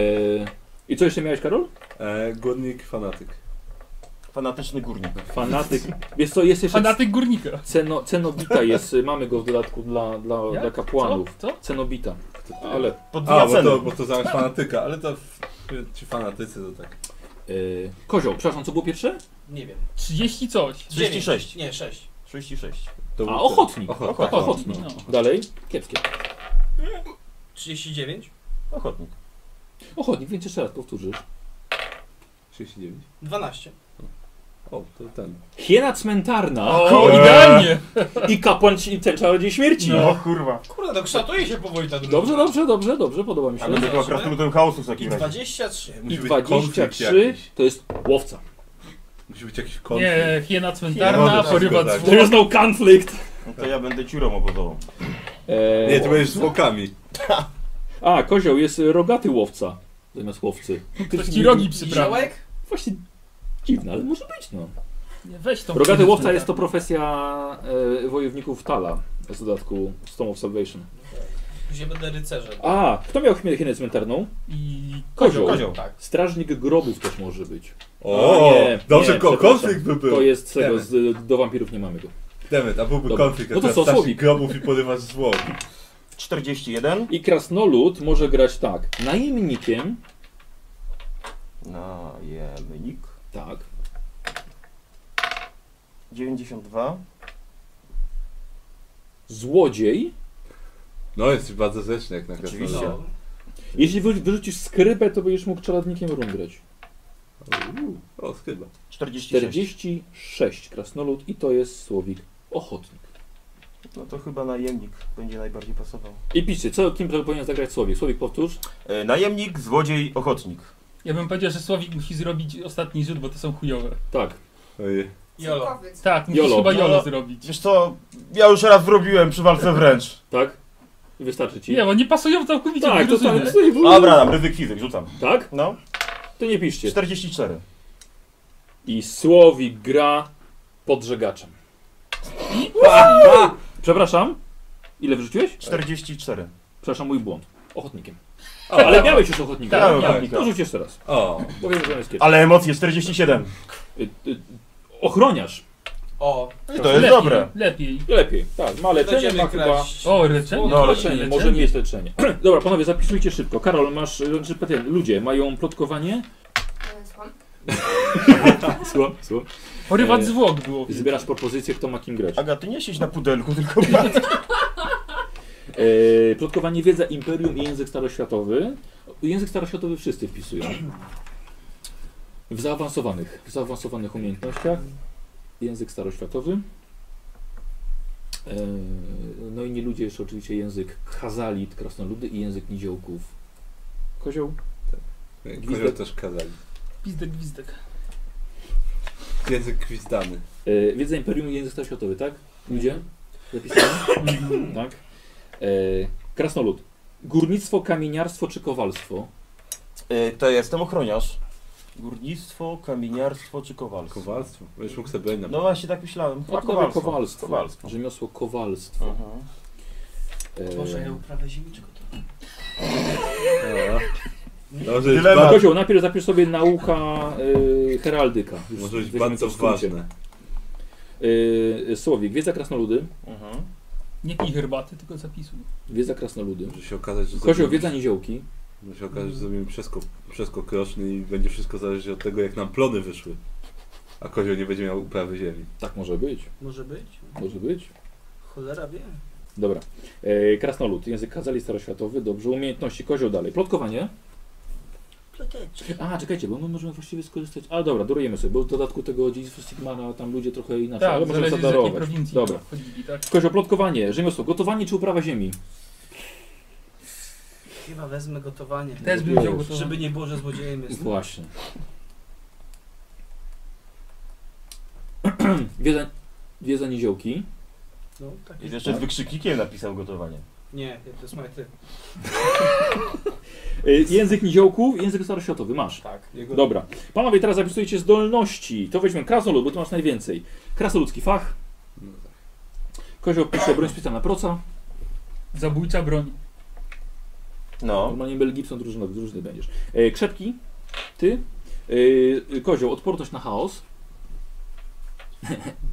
I co jeszcze miałeś, Karol? E, górnik, fanatyk. Eee. Fanatyczny górnik. Fanatyk. Wiesz co, jest jeszcze Fanatyk górnika. ceno, cenobita, jest, e, mamy go w dodatku dla, dla, Jak? dla kapłanów. Co? Co? Cenobita. Ale Podwija A, bo cenę. to, bo to zamiast fanatyka, ale to w- ci fanatycy to tak. e, kozioł, przepraszam, co było pierwsze? Nie wiem. 30 coś. 36. Dziewięć. Nie, 6. 36. To był A, ten- ochotnik. Ochotnik. No Ochotnik. Ochotnik. Dalej? Kiepskie. 39. Ochotnik. Ochotnik, więc jeszcze raz powtórzysz. 39. 12. no. O, to ten. Hiena cmentarna O, idealnie! i kapłan ci- ten czarodziej śmierci. No kurwa. Kurde, no kształtuje się powoli ta drużyna. Dobrze, dobrze, dobrze, dobrze, podoba mi się. Ale- Będę chyba krasnoludem chaosu w I takim razie. 23. Musi I być konflikt 23 jakiś. to jest łowca. Musi być jakiś konflikt. Nie, hiena Hiena, cmentarna, wszystko porywa tak. There dzwon. is no conflict. No to ja będę ciurą obozową. Eee, Nie, ty będziesz zwłokami. E, A, kozioł jest rogaty łowca zamiast łowcy. Ktoś ci rogi I przybrał. ziołek? Właśnie dziwne, ale może być no. Nie, Weź tą Rogaty hienę łowca jest to cmentarną. profesja e, wojowników Tala z dodatku Stone of Salvation. Gdzie będę rycerzem? A, kto miał hienę cmentarną? I Kozioł. Kozioł. Tak. Strażnik grobów też może być. O, nie, dobrze, nie, ko- przepraszam. konflikt by był. To jest tego, Demy. z, do wampirów nie mamy go. Demet, a byłby Dobra. konflikt, a No to teraz co, stasz słowik. i grobów i porywasz zwłok. 41. I krasnolud może grać tak, najemnikiem, No, Najemnik. tak, 92. złodziej, No, jesteś bardzo zręczny jak na Oczywiście. krasnolud. No. jeśli wy, wyrzucisz skrybę, to będziesz mógł czeladnikiem rund grać. Uuu, O, chyba. 46. 46 krasnolud i to jest słowik ochotnik. No to chyba najemnik będzie najbardziej pasował. I piszcie, co, kim powinien zagrać słowik? Słowik powtórz. E, najemnik, złodziej, ochotnik. ja bym powiedział, że Sławik musi zrobić ostatni rzut, bo to są chujowe. Tak. Ojej. Jolo. Cyrkowiec. Tak, musisz Jolo. chyba Jolo Jolo. zrobić. Wiesz co, ja już raz zrobiłem przy walce wręcz. Tak? I wystarczy ci? Nie, no, bo nie pasują całkowicie tak, tak, to tak. drużyny. Dobra, dam ryzyk fizyk, rzucam. Tak? No, To nie piszcie. 44. I słowik gra pod żegaczem. Przepraszam? Ile wyrzuciłeś? 44. Przepraszam, mój błąd. Ochotnikiem. O, Ale miałeś już ochotnika. Tak, Miałeś. ochotnika. To No rzuć jeszcze raz. O, Bo wiem, że on jest kiepski. Ale emocje, 47. Y, y, Ochroniarz. O, I to jest dobre. Lepiej. Lepiej. Tak, ma leczenie, będziemy ma chyba... kraść. O, leczenie? No, No, leczenie, może mieć leczenie. Dobra, panowie, zapisujcie szybko. Karol, masz... y, Znaczy, Peter, ludzie mają plotkowanie? E, Słucham? Słucham, słucham. Porywać E, zwłok było. Zbierasz propozycję, kto ma kim grać. Aga, ty nie siedź na pudelku, tylko patrz. E, plotkowanie wiedza, imperium i język staroświatowy. Język staroświatowy wszyscy wpisują. W zaawansowanych, w zaawansowanych umiejętnościach. Język staroświatowy. E, no i nie ludzie jeszcze oczywiście język Hazalit, krasnoludy i język niziołków. Kozioł? kozioł też kazali. Gwizdek, gwizdek. Język gwizdany. E, wiedza imperium i język staroświatowy, tak? Ludzie? Zapisane? tak. E, krasnolud. Górnictwo, kamieniarstwo czy kowalstwo? E, to jestem ochroniarz. Górnictwo, kamieniarstwo czy kowalstwo? Kowalstwo. Będziesz mógł sobie brać na No właśnie, tak myślałem. A kowalstwo. Kowalstwo. kowalstwo. Kowalstwo. Rzemiosło kowalstwo. Aha. Może ja E, uprawę ziemniczego to. Może być Dylemat. bardzo, Kozioł, najpierw E, zapisz sobie nauka e, heraldyka. Już może być jesteśmy bardzo w skrócie. ważne. E, Słowik, wiedza krasnoludy. Mhm. Nie pij herbaty, tylko zapisuj. Wiedza krasnoludy. Może się okazać, że Kozioł, zrobimy- wiedza niziołki. Może się okazać, że zrobimy przeskok, przeskok roczny i będzie wszystko zależeć od tego, jak nam plony wyszły. A kozioł nie będzie miał uprawy ziemi. Tak może być. Może być? Może być. Cholera wie. Dobra. E, krasnolud, język kazali staroświatowy, dobrze. Umiejętności, kozioł dalej. Plotkowanie. Ploteczki. A, czekajcie, bo my możemy właściwie skorzystać. A dobra, durujemy sobie, bo w dodatku tego dziedzictwa Sigmara tam ludzie trochę inaczej, ale Tak, możemy zależy z jakiej zadarować. prowincji Dobra. chodzili, tak? Kozioł, plotkowanie, rzemiosło, gotowanie czy uprawa ziemi? Chyba wezmę gotowanie. Też bym wziął Wiesz, gotowe. Żeby nie było, że złodziejem jest. Właśnie. Wiedza, wiedza niziołki. No, tak I jest. jeszcze z wykrzyknikiem napisał gotowanie. Nie, to jest moje ty. E, Język niziołków, język staroświatowy, masz. Tak. Dobra. Panowie, teraz zapisujecie zdolności. To weźmy krasnolud, bo tu masz najwięcej. Krasnoludzki fach. Kozioł pisze broń specjalna proca. Zabójcza broń. No. Normalnie Mel Gibson drużynowy, drużyny będziesz. E, krzepki, ty. E, kozioł, odporność na chaos.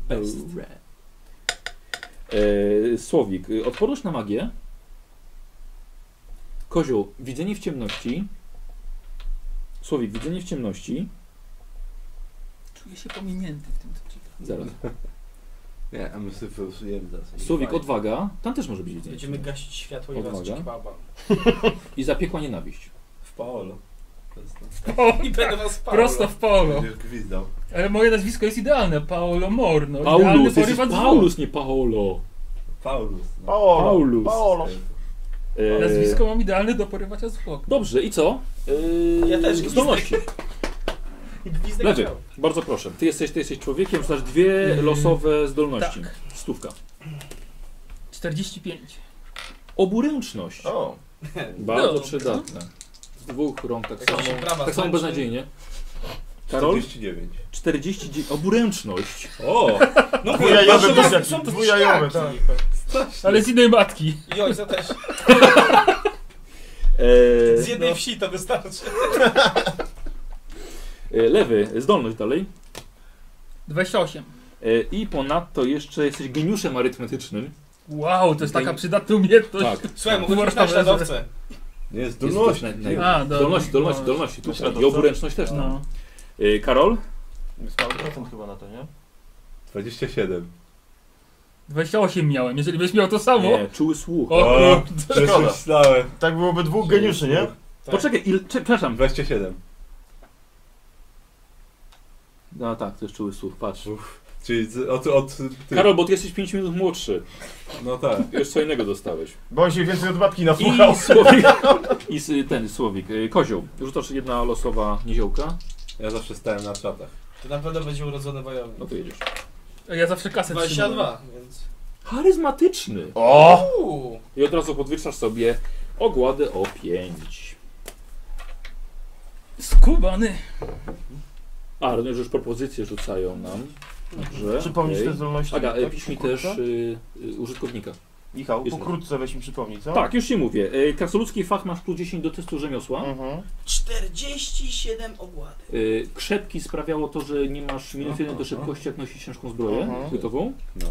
Best. E, Słowik, e, odporność na magię. Kozioł, widzenie w ciemności. Słowik, widzenie w ciemności. Czuję się pominięty w tym, co czytam. Zaraz. Nie, a my sobie wylosujemy zaraz. Słowik, odwaga. Tam też może być widzenie. w Będziemy ciemności. gasić światło i was Odwaga. kebaba. I zapiekła nienawiść. W Paolo. I będę was palał. Prosto w Paolo. Będziesz gwizdał. Ale moje nazwisko jest idealne. Paolo Morno. Idealny Paulus, jesteś porywacz Paulus. Paulus, nie Paolo. Paulus. No. Paolo. Paulus. Paolo. E, Nazwisko mam idealne do porywacza zwłok. Dobrze, i co? E, Ja też Zdolności. I gwizdek Lewy. ciała. Bardzo proszę. Ty jesteś, ty jesteś człowiekiem, masz dwie Mm, losowe zdolności. tak. Stówka. 45. Oburęczność. O. Bardzo No. przydatne. Z dwóch rąk tak Jak samo. się prawa Tak samo zmęczy. beznadziejnie. Karol? 49. 49. Oburęczność. O! No Dwujajowe kurwa, buziaki. są to Dwujajowe, dzieciaki. Ale z innej matki. I ojca też. E, Z jednej no. wsi to wystarczy. E, Lewy, zdolność dalej. 28. E, I ponadto jeszcze jesteś geniuszem arytmetycznym. Wow, to jest taka Geni- przydatna umiejętność. Tak. Słuchaj, No, mogę być warsztat naśladowcę. Nie, jest Zdolność. dumność. A, do- no, Zdolności, zdolności, do- zdolności. Tutaj. I Śladowca. oburęczność też. No. E, Karol? Jest mały procent chyba na to, nie? 27. 28 miałem. Jeżeli byś miał to samo. Nie, czuły słuch. O O. kurde. Już Szkoda. myślałem. Tak byłoby dwóch geniuszy, nie? Tak. Poczekaj, il, czy, przepraszam. 27. No tak, to jest czuły słuch, patrz. Czyli z- od, od tych... Karol, bo ty jesteś 5 minut młodszy. No tak. Już co innego dostałeś. Bo on się więcej od babki nasłuchał. I Słowik. I s- ten Słowik. e, Kozioł. Rzucasz jedna losowa niziołka. Ja zawsze stałem na czatach. To na pewno będzie urodzony No wojownik. to jedziesz. A Ja zawsze kasę trzymam. 22, więc... Charyzmatyczny. O! Uuu. I od razu podwyższasz sobie ogładę o 5. Skubany. A, również już propozycje rzucają nam. Dobrze. Mhm. Przypomnisz okej. te zdolności. Aga, e, tak, pisz mi pokrótce? też y, y, użytkownika. Michał, Jest- pokrótce weź mi przypomnij, co? Tak, już ci mówię. E, Krasoludzki fach masz plus 10 do testu rzemiosła. Mhm. 47 ogłady. Y, Krzepki sprawiało to, że nie masz minus 1 do szybkości, jak nosisz ciężką zbroję No, Mhm. chwytową. No.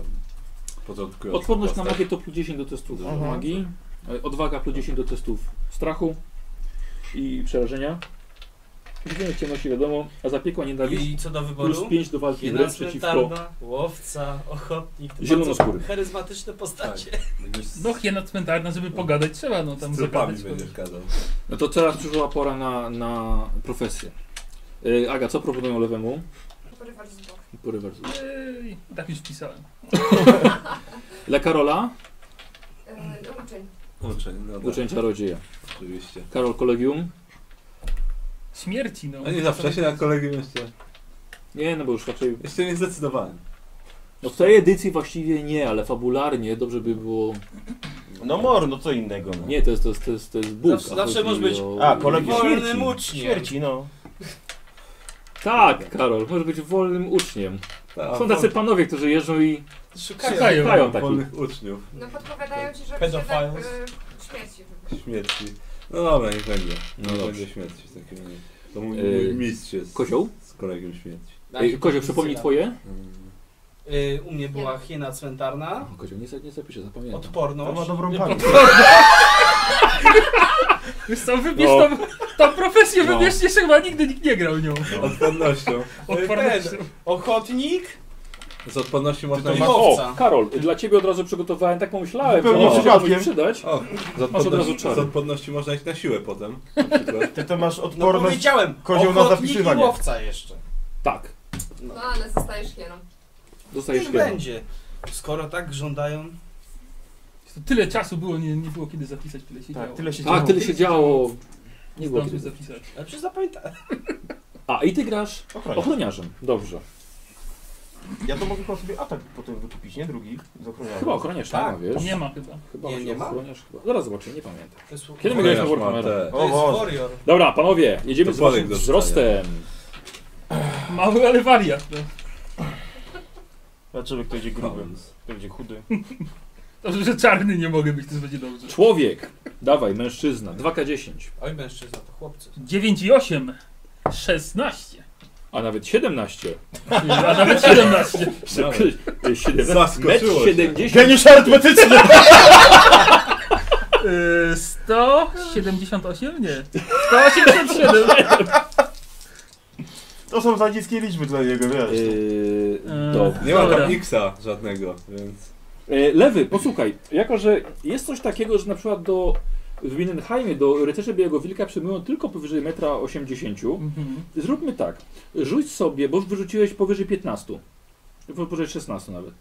Początkując. Odporność na postać. magię to plus 10 do testów Mhm. magii. Y, Odwaga plus 10 do testów strachu i przerażenia. Widzimy ciemności wiadomo, a zapiekła nienawiść I co do plus wyboru? 5 do walki Jedna wręcz przeciwko. cmentarna, łowca, ochotnik. To Zielonoskóry. bardzo Charyzmatyczne postacie. Będziesz z- No hiena cmentarna, żeby pogadać trzeba, no tam z trupami zagadać. będziesz gadał. No to teraz przyszła pora na, na profesję. Y, Aga, co proponują lewemu? Porywacz z boku. Porywacz. Ej, Tak już pisałem. Dla Karola? Yy, uczeń. Uczeń, no tak, Uczeń czarodzieja. oczywiście. Karol kolegium? Śmierci, no. A nie za wcześnie na kolegium jeszcze. Nie, no bo już raczej Jeszcze nie zdecydowałem. No w tej edycji właściwie nie, ale fabularnie dobrze by było. No mor, no co innego. No. Nie, to jest, to jest, to jest, to jest Bóg. Zawsze- zawsze może być- A, kolegium. Wolnym uczniem. Śmierci, no. Tak, Karol, może być wolnym uczniem. Tak, Ta, Tak. Są tacy panowie, którzy jeżdżą i Szukają. Szukają. szukają takich. wolnych uczniów. No podpowiadają ci, że Pedophiles. przyda y, śmieci. Śmierci. No dobra, niech będzie. No No dobrze. będzie śmierci w takim razie. To mój Yy, mój mistrz jest Kozioł? z kolegiem śmierci. Ej, Kozioł, przypomnij twoje? Y, u mnie była hiena cmentarna. O, Kozioł, nie, za- nie zapiszę, zapomniałem. To ma Odporność. dobrą pamięć. Wiesz co, wybierz No. tą, tą profesję, No. E, wybierzcie się, chyba nigdy nikt nie grał nią. Odpornością. Odporność. Ochotnik. Z odpornością można to iść. masz- O, Owca. Karol, dla ciebie od razu przygotowałem, tak pomyślałem, Zupełnie że może się komuś przypadkiem. przydać. O, z Masz od razu odporności, czary. z odporności można iść na siłę potem. na przykład. Ty to masz No odporność. powiedziałem. kozioł na Ochotnik i zapisywanie. łowca jeszcze. Tak, No ale zostajesz hieną. dostajesz Już jeden. będzie. Skoro tak żądają. To Tyle czasu było, nie, nie było kiedy zapisać, tyle się Tak, działo. tyle się Tak, tyle się działo. nie Nie było zdążył kiedy. zapisać. Ale przecież zapamiętałem. A, i ty grasz Ochroniarz. ochroniarzem. Dobrze. Ja to mogę chyba sobie atak potem wykupić, nie? Drugi z ochroniarzem. Chyba ochroniarz tak, Tak. ma, wiesz? Nie ma chyba. Chyba Nie, masz nie ma? ochroniarz chyba. Zaraz zobaczę, nie pamiętam. To jest, Kiedy my Kolejarz graliśmy w ma Warhammera? te- to jest O Boże. warrior. Dobra, panowie, jedziemy To z waszym Polek dostanie. wzrostem. Mały, ale wariat. No. Zobaczymy, kto idzie gruby, Collins. kto idzie chudy. Dobrze, że czarny nie mogę być, to będzie dobrze. Człowiek. Dawaj, mężczyzna. 2K10. Oj, mężczyzna, to chłopcy. 9 i 8, 16, A nawet 17. a nawet 17. Szybkość. 17. e, Metr Zaskoczyło się. 70. Geniusz arytmetyczny! Yy, 178? Nie. 187. To są za niskie liczby dla niego, wiesz. Yy, Yy. dobra. Nie ma Dobra. tam Xa żadnego, więc... E, Lewy, posłuchaj, jako że jest coś takiego, że na przykład do w Mindenheimie do rycerzy Białego Wilka przyjmują tylko powyżej 1,80 m. Mhm. Zróbmy tak, rzuć sobie, bo już wyrzuciłeś powyżej 15, po- powyżej 16 nawet.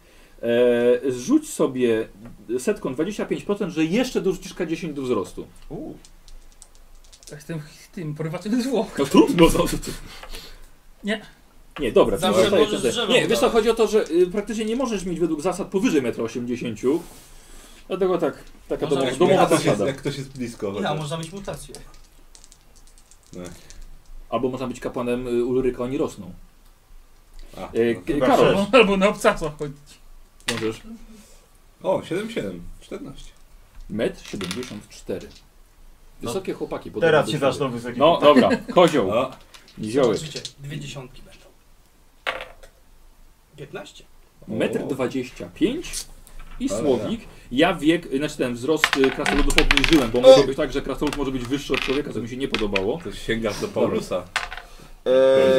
E, zrzuć sobie setką 25%, że jeszcze dorzucisz K10 do wzrostu. Tak, tym, tym porywaczem z Włoch. No trudno, no. to- Nie. Nie, dobra, Zawsze to zostaje możesz tutaj. drzewem Nie, wiesz co, dawać. chodzi o to, że y, praktycznie nie możesz mieć według zasad powyżej 1,80 m. Dlatego tak, taka Można domo- mieć domowa jak, ktoś jest, zasada. jak ktoś jest blisko. Ile chociaż. No, można mieć mutację? Albo można być kapłanem y, Ulryka, oni rosną. A, Y, no. K- chyba Karol, sześć. Albo na obcasach chodzić. możesz. O, 7-7, 14. Metr 74. Wysokie chłopaki. podobne Teraz do się siebie. zaczną wysokie. No dobra, kozioł, A, niziołek. Zobaczycie, dwie dziesiątki będą. 15. No. Metr 25 i Ale słownik. Ja wiek, y, znaczy ten wzrost y, krasoludów obniżyłem, bo może być tak, że krasolud może być wyższy od człowieka, co mi się nie podobało. to sięgasz do Paulusa. Yy,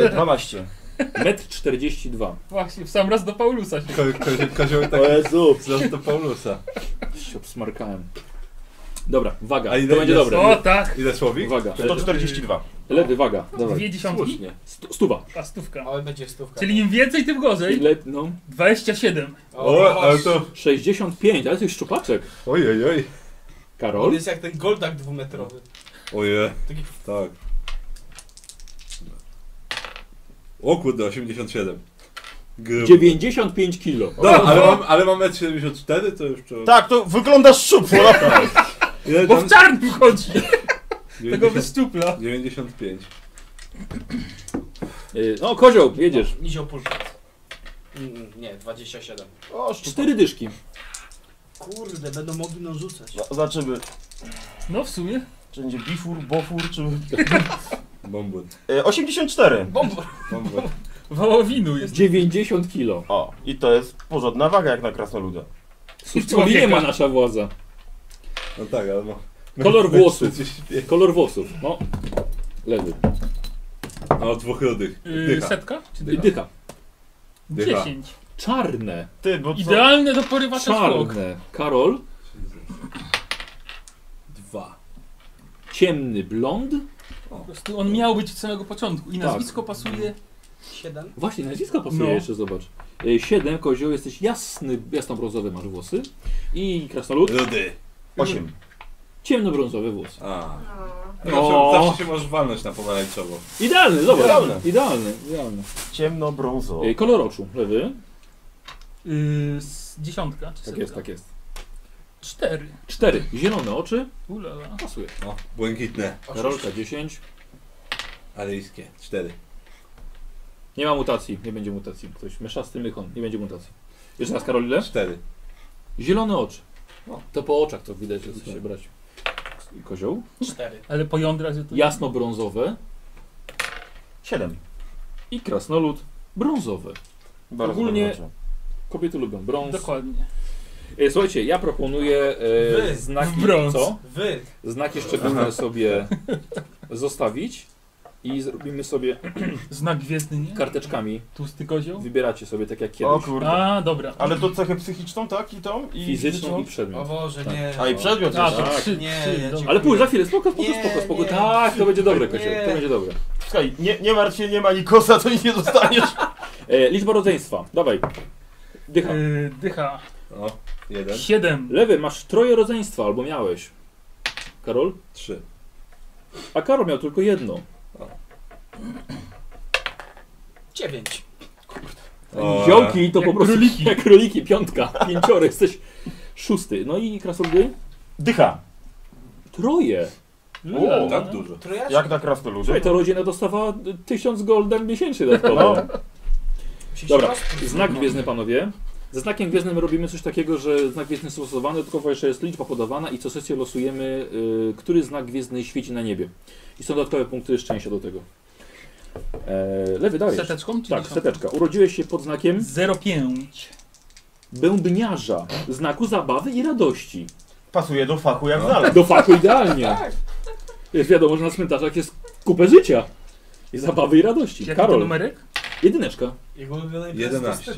Eee, 12. Metr 42. Właśnie, w sam raz do Paulusa się. Ko, ko, kozioł tak Jezu! wzrost do Paulusa. Się obsmarkałem. Dobra, waga, A ile to będzie jest? dobre. O tak, Ile słowik? Waga, 142. lewy, waga, dawaj. dwie dziesiątki, Słusznie. Stu, stuwa. a stówka. Oj, będzie stówka. Czyli im więcej, tym gorzej. Ile, no, 27. O, ale to... 65, ale to jest szczupaczek. Ojej, oj. On Karol? jest jak ten goldak dwumetrowy. Ojej, Taki tak. O kurde, 87. Grubo. 95 kilo. No, ale mam, ale mam 1,74 to już... To... Tak, to wyglądasz szczupło, no naprawdę. Ile Bo tam? w czarnym chodzi. Tego 90, wyszczupla. 95. Y, No, kozioł, jedziesz. Nizio pulpit. Mm, Nie, 27. O, szczupło. Cztery dyszki. Kurde, będą mogli nam rzucać. No, Zobaczymy, No w sumie. czy będzie bifur, bofur, czy... Bombun. Yy, E, 84. Bomba! Bombun. Wołowinu jest. 90 kilo. O, i to jest porządna waga jak na krasnoluda. Suskolinie ma nasza władza. No tak, ale ma... Kolor włosów. 45. Kolor włosów. No, lewy. No, dwóch rudych. Yy, Dycha. setka? Czy Y, dycha? Dycha. Dycha. 10. Czarne. Ty, bo co? Idealne do porywacza z Włoch. Czarne. Karol? Dwa. Ciemny blond? Po prostu on miał być od samego początku i Tak. nazwisko pasuje. 7. Właśnie, nazwisko pasuje No. jeszcze, zobacz. Y, Siedem, kozioł, jesteś jasny, jasno-brązowe masz włosy. I krasnolud, Rudy. 8. ciemno-brązowe włosy. A. No. No. Zawsze, zawsze się możesz walnąć na pomarańczowo. Idealny, zobacz. Idealne. Idealny, idealny. Ciemno-brązo. Y, Kolor oczu, lewy. Yy, z dziesiątka. Czy Tak setka? jest, tak jest. Cztery. Cztery. Zielone oczy. Ulala. Pasuje. No, błękitne. Rolka 10. Aryjskie. Cztery. Nie ma mutacji, nie będzie mutacji. Ktoś miesza z tym mykon, nie będzie mutacji. Jeszcze raz Karol ile? Cztery. Zielone oczy. No, to po oczach to widać, że chce się brać. Kozioł? Cztery. Ale po jądrach, że to... Jasno-brązowe. Siedem. I krasnolud brązowy. Bardzo Ogólnie- dobrze. Kobiety lubią brąz. Dokładnie. E, Słuchajcie, ja proponuję e, Wy. znaki, W brąz. co? Wy. Znaki szczególne sobie zostawić i zrobimy sobie Znak gwiezdny, nie? karteczkami. Tłusty kozioł? Wybieracie sobie tak jak O kiedyś. kurde. A, dobra. Ale to cechę psychiczną, tak? I tą? I No. Fizyczną i przedmiot. O Boże, Tak. nie. A i przedmiot A, jeszcze. to Tak. trzy, Nie, trzy, ja dobra. Ale pójdź, za chwilę, spoko, spoko, Nie, spoko, spoko. nie. Tak, to będzie dobre, Kozioł, Nie. to będzie dobre. Słuchaj, nie, nie martw się, nie ma Nikosa, to i nie dostaniesz. E, liczba rodzeństwa, dawaj. Dycha. Yy, dycha. O, jeden, Siedem. Lewy, masz troje rodzeństwa, albo miałeś. Karol? trzy. A Karol miał tylko jedno. Dziewięć. O, Ziołki to Jak po prostu króliki. jak króliki, piątka, pięcioro, jesteś szósty. No i krasnoludy? Dycha. Troje. O, Tak dużo. Trojaczki. Jak na krasnoludzie. Słuchaj, ta rodzina dostawała y, tysiąc golden miesięcznie dodatkowo. No. Musisz Dobra. rozpróć. Znak gwiezdny, panowie. Ze znakiem gwiezdnym robimy coś takiego, że znak gwiezdny jest stosowany, tylko jeszcze jest liczba podawana i co sesję losujemy, y, który znak gwiezdny świeci na niebie. I są dodatkowe punkty szczęścia do tego. E, lewy, dajesz. no. Seteczką czy Tak, dziesiątką? seteczka. Urodziłeś się pod znakiem 0,5. bębniarza, znaku zabawy i radości. Pasuje do fachu No. jak znalazł. Do faku idealnie. Jest wiadomo, że na cmentarzach jest kupę życia. I zabawy i radości. Jaki to Karol, numerek? jedyneczka. Jego ulubione Jedenaście.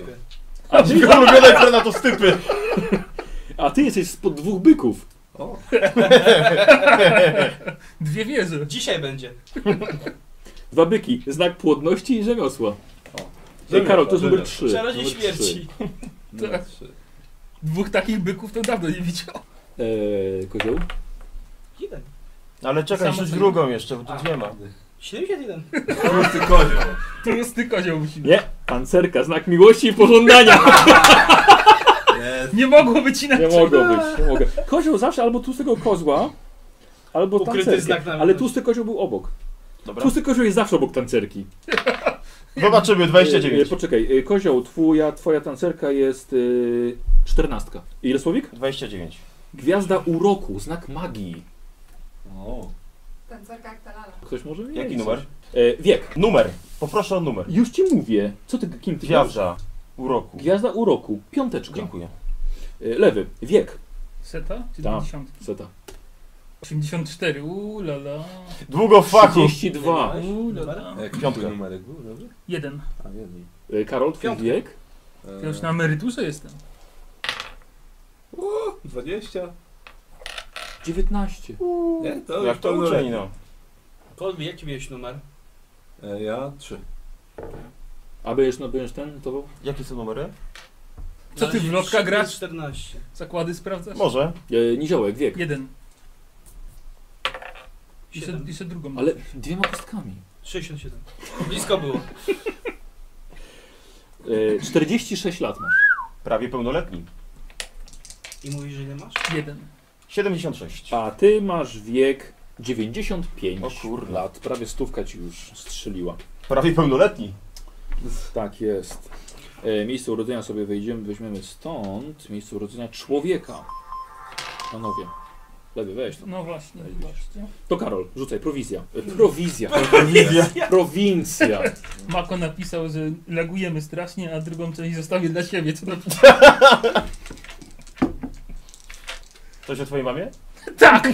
A ty, Jego ulubione krena to stypy. a ty jesteś spod dwóch byków. O, Dwie wieże. Dzisiaj będzie. Dwa byki, znak płodności i rzemiosła. Ej, Rzemiosła, Karol, to jest numer rzemiosła. trzy. Czarodziej Numer trzy. śmierci. no, trzy. Dwóch takich byków to dawno nie widział. Eee, kozioł? Jeden. Ale czekaj, Samo rzuć sobie. drugą jeszcze, bo tu dwie ma. 71. Tłusty kozioł. Tłusty kozioł musi być. Nie, pancerka, znak miłości i pożądania. Jest. Nie mogło być inaczej. Nie mogło być, nie mogę. Kozioł zawsze albo tłustego kozła, albo Ukryty tancerki. znak na- Ale tłusty kozioł był obok. Dobra. Tłusty kozioł jest zawsze obok tancerki. Zobaczymy, E, e, 29. Poczekaj, e, kozioł, twoja, twoja tancerka jest e, czternastka. Ile słowik? 29. Gwiazda uroku, znak magii. O. Tancerka jak ta lala. Ktoś może wiedzieć. Jaki numer? E, wiek. Numer. Poproszę o numer. Już ci mówię. Co ty, kim ty grasz? Gwiazda. Uroku. Gwiazda uroku, piąteczka. Dziękuję. E, Lewy, wiek. Seta? Czy Tak. 90? Seta. 84. Uuu, lala. Długo w fachu. 32. Uuu, lala. Jaki Piątka. twój numerek był, dobrze? Jeden. A, jeden. E, Karol, twój Piątka. wiek? Ja E. już na emeryturze jestem. 20? 19. Nie, to Jak już to pełnoletni. uczeni, no. Kolby, jaki miałeś numer? E, Ja trzy. A będziesz, no, będziesz ten, to był? Jakie są numery? Co ty, w lotka grasz? 14. Zakłady sprawdzasz? Może. E, niziołek, wiek. Jeden. I se, Siedem. i se drugą. Ale dwiema kostkami. 67. Blisko było. E, 46 lat masz. Prawie pełnoletni. I mówisz, że nie masz? Jeden. 76. A ty masz wiek 95 O kurde. lat. Prawie stówka ci już strzeliła. Prawie pełnoletni. Tak jest. E, miejsce urodzenia sobie wejdziemy, weźmiemy stąd. Miejsce urodzenia człowieka. Panowie. Lewy, weź to. No właśnie, Weź. zobaczcie. To Karol, rzucaj, prowizja. E, prowizja. Prowizja. Prowincja. Mako napisał, że lagujemy strasznie, a drugą część zostawię dla siebie. Co napisał? Coś o twojej mamie? Tak!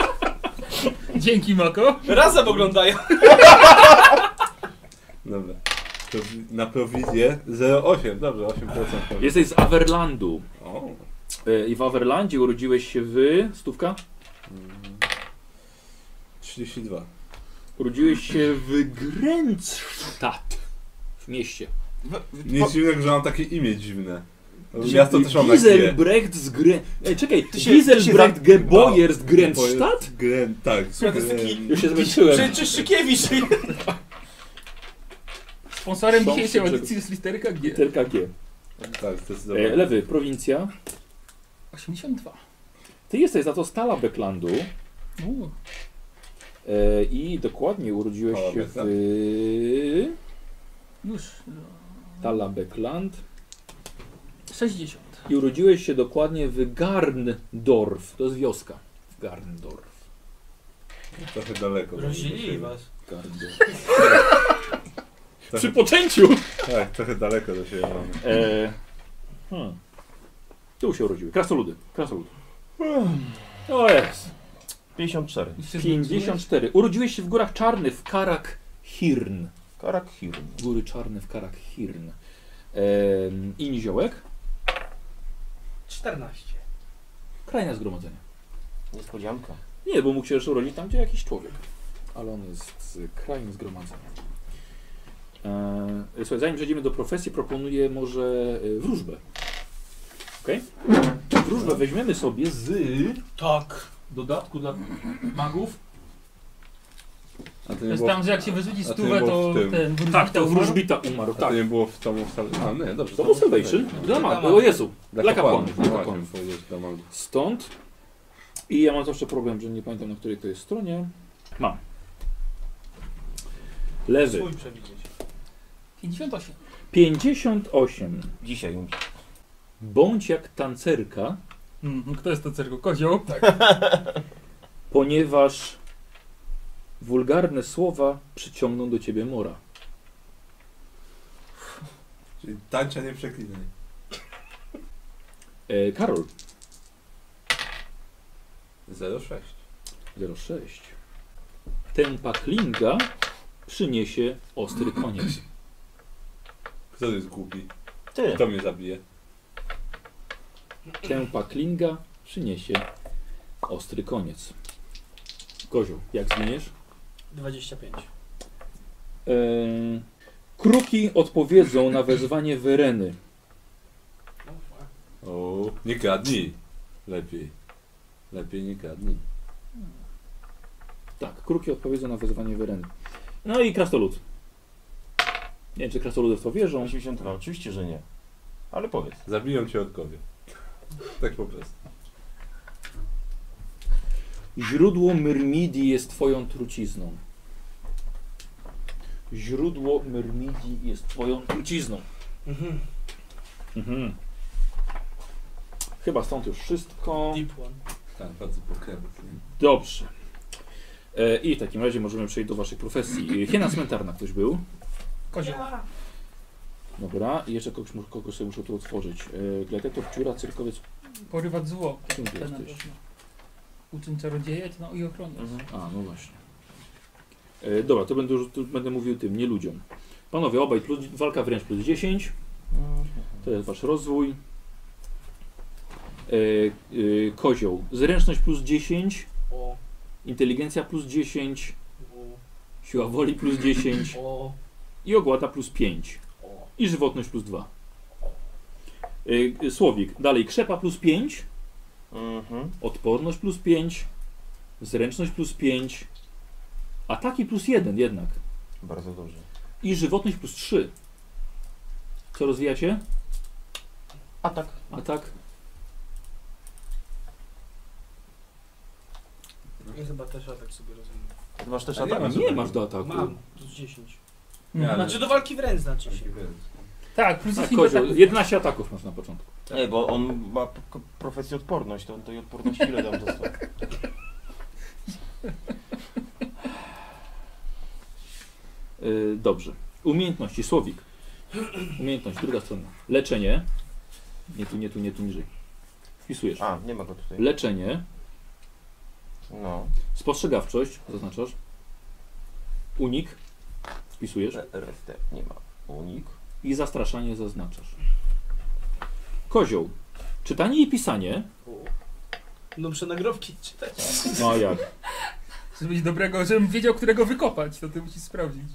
Dzięki, Mako. Razem oglądają. Dobra. Prowi- Na prowizję 0,8, dobrze, 8%. prowizji. Jesteś z Averlandu. O, E, I w Averlandzie urodziłeś się w... Stówka? 32. Urodziłeś się w Grenzstadt. W mieście. Nic dziwnego, że mam takie imię dziwne. Ty się- Miasto też mam takie. Giselbrecht z Gren... Ej, czekaj, Ty się- ty się za- Giselbrecht Geboyer z Grenzstadt? Gren, tak. Słuchaj, to jest taki- Gren- Już się zmęczyłem. Czy, czy Szykiewicz? Sponsorem Są dzisiejszej przy- audycji jest literka G. Literka G. Tak, E, zdecydowanie. lewy, prowincja. 82. Ty jesteś za to stala Becklandu Uuu. e, i dokładnie urodziłeś Stala się w... Beckland. Już. no, Tala Beckland. 60. I urodziłeś się dokładnie w Garndorf. To jest wioska. Garndorf. Trochę daleko. Grozili do was. Garndorf. siebie. Trochę, Przy poczęciu! tak, trochę daleko do siebie no. mamy. E, hmm. Tu się urodziły. Krasnoludy. Krasolud. O jest. 54. Już się zmęczyłeś? 54. Urodziłeś się w Górach Czarnych w Karak Hirn. Karak Hirn. Góry Czarne w Karak Hirn. E, Iniziołek. 14. Kraina Zgromadzenia. Niespodzianka. Nie, bo mógł się jeszcze urodzić tam, gdzie jakiś człowiek. Ale on jest z krain zgromadzenia. E, słuchaj, zanim przejdziemy do profesji, proponuję może e, wróżbę. Ok? Wróżbę weźmiemy sobie z Tak. dodatku dla magów. A to To nie jest było, tam, że jak się wyrzuci a to nie stówę, było to w tym. ten... Tak, to wróżbita umarł. a to Tak. nie było w tą salę. A nie, dobrze. To tam był ustawię. Salvation. Dla Dla magów. magów. O Jezu. Dla Dla kapłanów, kapłanów. dla Dla kapłanów. kapłanów. powiedzieć, Dla magów. Stąd. I ja mam zawsze problem, że nie pamiętam na której to jest stronie. Mam. Lewy. Swój przewidzieć. 58. 58. Dzisiaj umrze. Bądź jak tancerka, Mhm, kto jest to cyrku? Kozioł? ponieważ wulgarne słowa przyciągną do ciebie mora. Czyli tańcza nie przeklinaj. E, Karol 06. 06. Ten paklinga przyniesie ostry koniec. Kto jest głupi? Ty. Kto mnie zabije? Ten paklinga przyniesie ostry koniec. Kozioł, jak zmieniesz? 25. E, kruki odpowiedzą na wezwanie Wyreny. No, fuck. O, nie gadnij. Lepiej. Lepiej nie gadnij. Tak, kruki odpowiedzą na wezwanie Wyreny. No i krasnolud. Nie wiem, czy krasnoludy w to wierzą. 82. Oczywiście, że nie. Ale powiedz. Zabiją cię od kobiet. Tak po prostu. Źródło myrmidii jest twoją trucizną. Źródło myrmidii jest twoją trucizną. Mhm. Mhm. Chyba stąd już wszystko. Deep one. Tak, bardzo pokrewny. Dobrze. E, I w takim razie możemy przejść do waszych profesji. E, Hiena cmentarna ktoś był. Kozioł. Dobra, i jeszcze kogoś, mu- kogoś sobie muszę tu otworzyć. E, Gladiator, ciura, cyrkowiec. Porywać zło. Kim ty To na jesteś? pewno. Uczyn czarodziejec, no i ochroniarz. Mhm. A, no właśnie. E, dobra, to będę, już- tu będę mówił tym, nie ludziom. Panowie, obaj, plus, walka wręcz plus 10. Mhm. To jest wasz rozwój. E, e, kozioł. Zręczność plus 10, O, inteligencja plus 10, o, siła woli plus 10 o, i ogłada plus 5 o. i żywotność plus 2. E, słowik. Dalej krzepa plus 5, Mhm. odporność plus 5, zręczność plus 5, ataki plus 1 jednak Bardzo dobrze. i żywotność plus 3. Co rozwijacie? tak, Atak. Atak? No Ja chyba też atak sobie rozumiem. Ty masz też A nie atak? masz. Nie masz do ataku. Tak, Mam, plus 10. Mhm. Ale- Znaczy do walki wręcz znaczy się. Tak, plus Tak, jest kozioł. 11 ataków masz na początku. Nie, bo on ma p- k- profesję odporność, to on tej odporności ile dam dostał? Y, dobrze. Umiejętności, słowik. Umiejętność, druga strona. Leczenie. Nie tu, nie tu, nie tu niżej. Wpisujesz. A, nie ma go tutaj. Leczenie, No. spostrzegawczość, zaznaczasz. Unik, wpisujesz. Re- Rester nie ma. Unik. I zastraszanie, zaznaczasz. Kozioł. Czytanie i pisanie. O. No przenagrobki czytać. No a jak? Żebyś dobrego, żebym wiedział, którego wykopać, to ty musisz sprawdzić.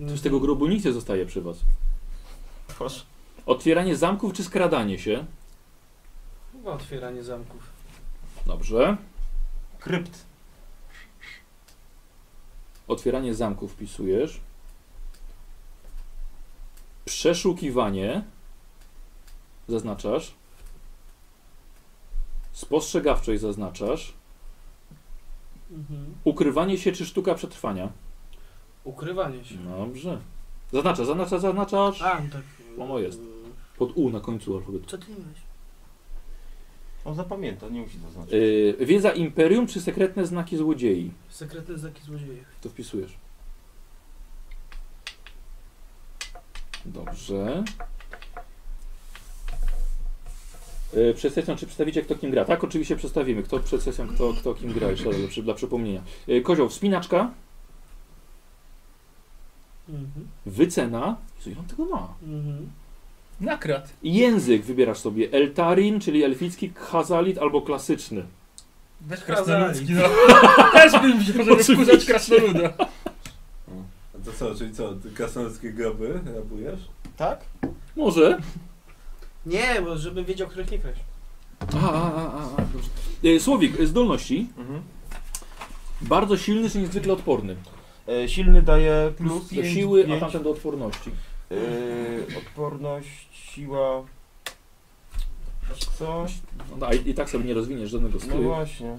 Z tego grobu nikt nie zostaje przy was. Proszę. Otwieranie zamków czy skradanie się. Chyba otwieranie zamków. Dobrze. Krypt. Otwieranie zamków wpisujesz. Przeszukiwanie zaznaczasz. Spostrzegawczość zaznaczasz. Mhm. Mhm. Ukrywanie się czy sztuka przetrwania. Ukrywanie No. się. Dobrze. Zaznacza, zaznacza, zaznaczasz. A, no tak. Mamo jest. Pod U na końcu alfabetu. Co ty miałeś? On zapamięta, nie musi zaznaczyć. Yy, wiedza Imperium czy sekretne znaki złodziei? Sekretne znaki złodziejów. To wpisujesz. Dobrze. Yy, Przed sesją, czy przedstawicie kto kim gra? Tak, oczywiście przedstawimy. Kto przed sesją, kto, kto kim gra, jeszcze raz dla przy- dla przypomnienia. Yy, Kozioł, wspinaczka, Mhm. wycena. Jezu, ile on tego ma? Mhm. Nakrat. I Język wybierasz sobie. Eltarin, czyli elficki, khazalit albo klasyczny. Weź Kazali. krasnoludzki, no. Też bym wziął, żeby Oczywiście. wkurzać krasnoluda. A to co, czyli co, ty krasnoludzkie groby rabujesz? Tak? Może. Nie, bo żebym wiedział, których nie kraść. A, a, a, a, a, dobrze. Yy, Słowik, yy, zdolności. Mhm. Bardzo silny, czy niezwykle odporny. E, silny daje plus. Do siły, a pięć. tamten do odporności. E, odporność, siła. Co? No, da, i, I tak sobie nie rozwiniesz żadnego No skryju. właśnie.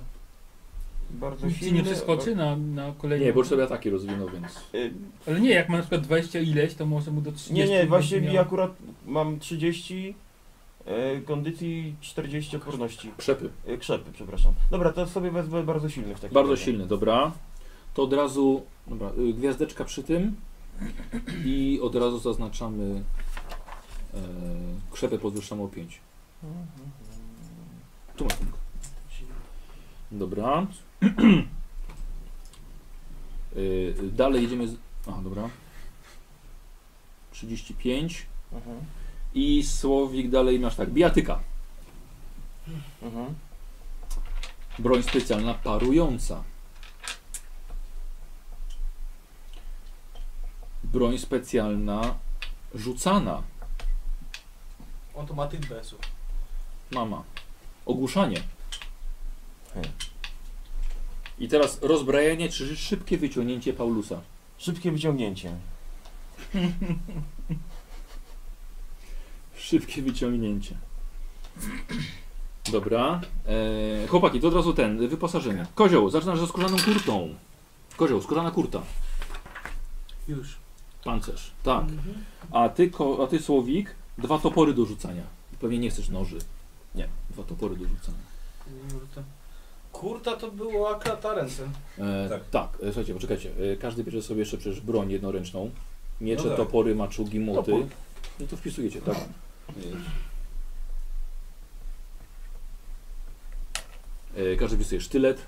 Bardzo Nigdzie silny. nie przeskoczy na, na kolejny. Nie, bo już sobie ataki rozwinął, więc... E, Ale nie, jak ma na przykład 20 ileś, to może mu do 30. Nie, nie, będzie właśnie mi miał. akurat mam 30 e, kondycji, 40 odporności. Krzepy. E, krzepy, przepraszam. Dobra, to sobie wezmę bardzo silny w takim Bardzo razie. silny, dobra. To od razu... Dobra, y, gwiazdeczka przy tym. I od razu zaznaczamy... E, krzepę podwyższamy o 5. Mhm, Tu masz punkt. Dobra. Y, dalej jedziemy z... A, dobra. 35. Mhm, I słowik dalej masz tak. Biatyka. mhm. Broń specjalna parująca. Broń specjalna rzucana. On to ma tych besu. Mama. Ogłuszanie. Hmm. I teraz rozbrajanie czy szybkie wyciągnięcie Paulusa. Szybkie wyciągnięcie. Szybkie wyciągnięcie. Dobra. Eee, chłopaki, to od razu ten, wyposażenie. Kozioł, zaczynasz ze skórzaną kurtą. Kozioł, skórzana kurta. Już. Pancerz. Tak. Mhm. A ty, ko, a ty Słowik, dwa topory do rzucania. Pewnie nie chcesz noży. Nie. Dwa topory do rzucania. Kurta. Kurta to było akurat na ręce. E, tak. Tak. tak, e, słuchajcie, poczekajcie. E, każdy bierze sobie jeszcze przecież broń jednoręczną. Miecze, No tak. topory, maczugi, młoty. Topór. No to wpisujecie, tak? E, każdy wpisuje sztylet.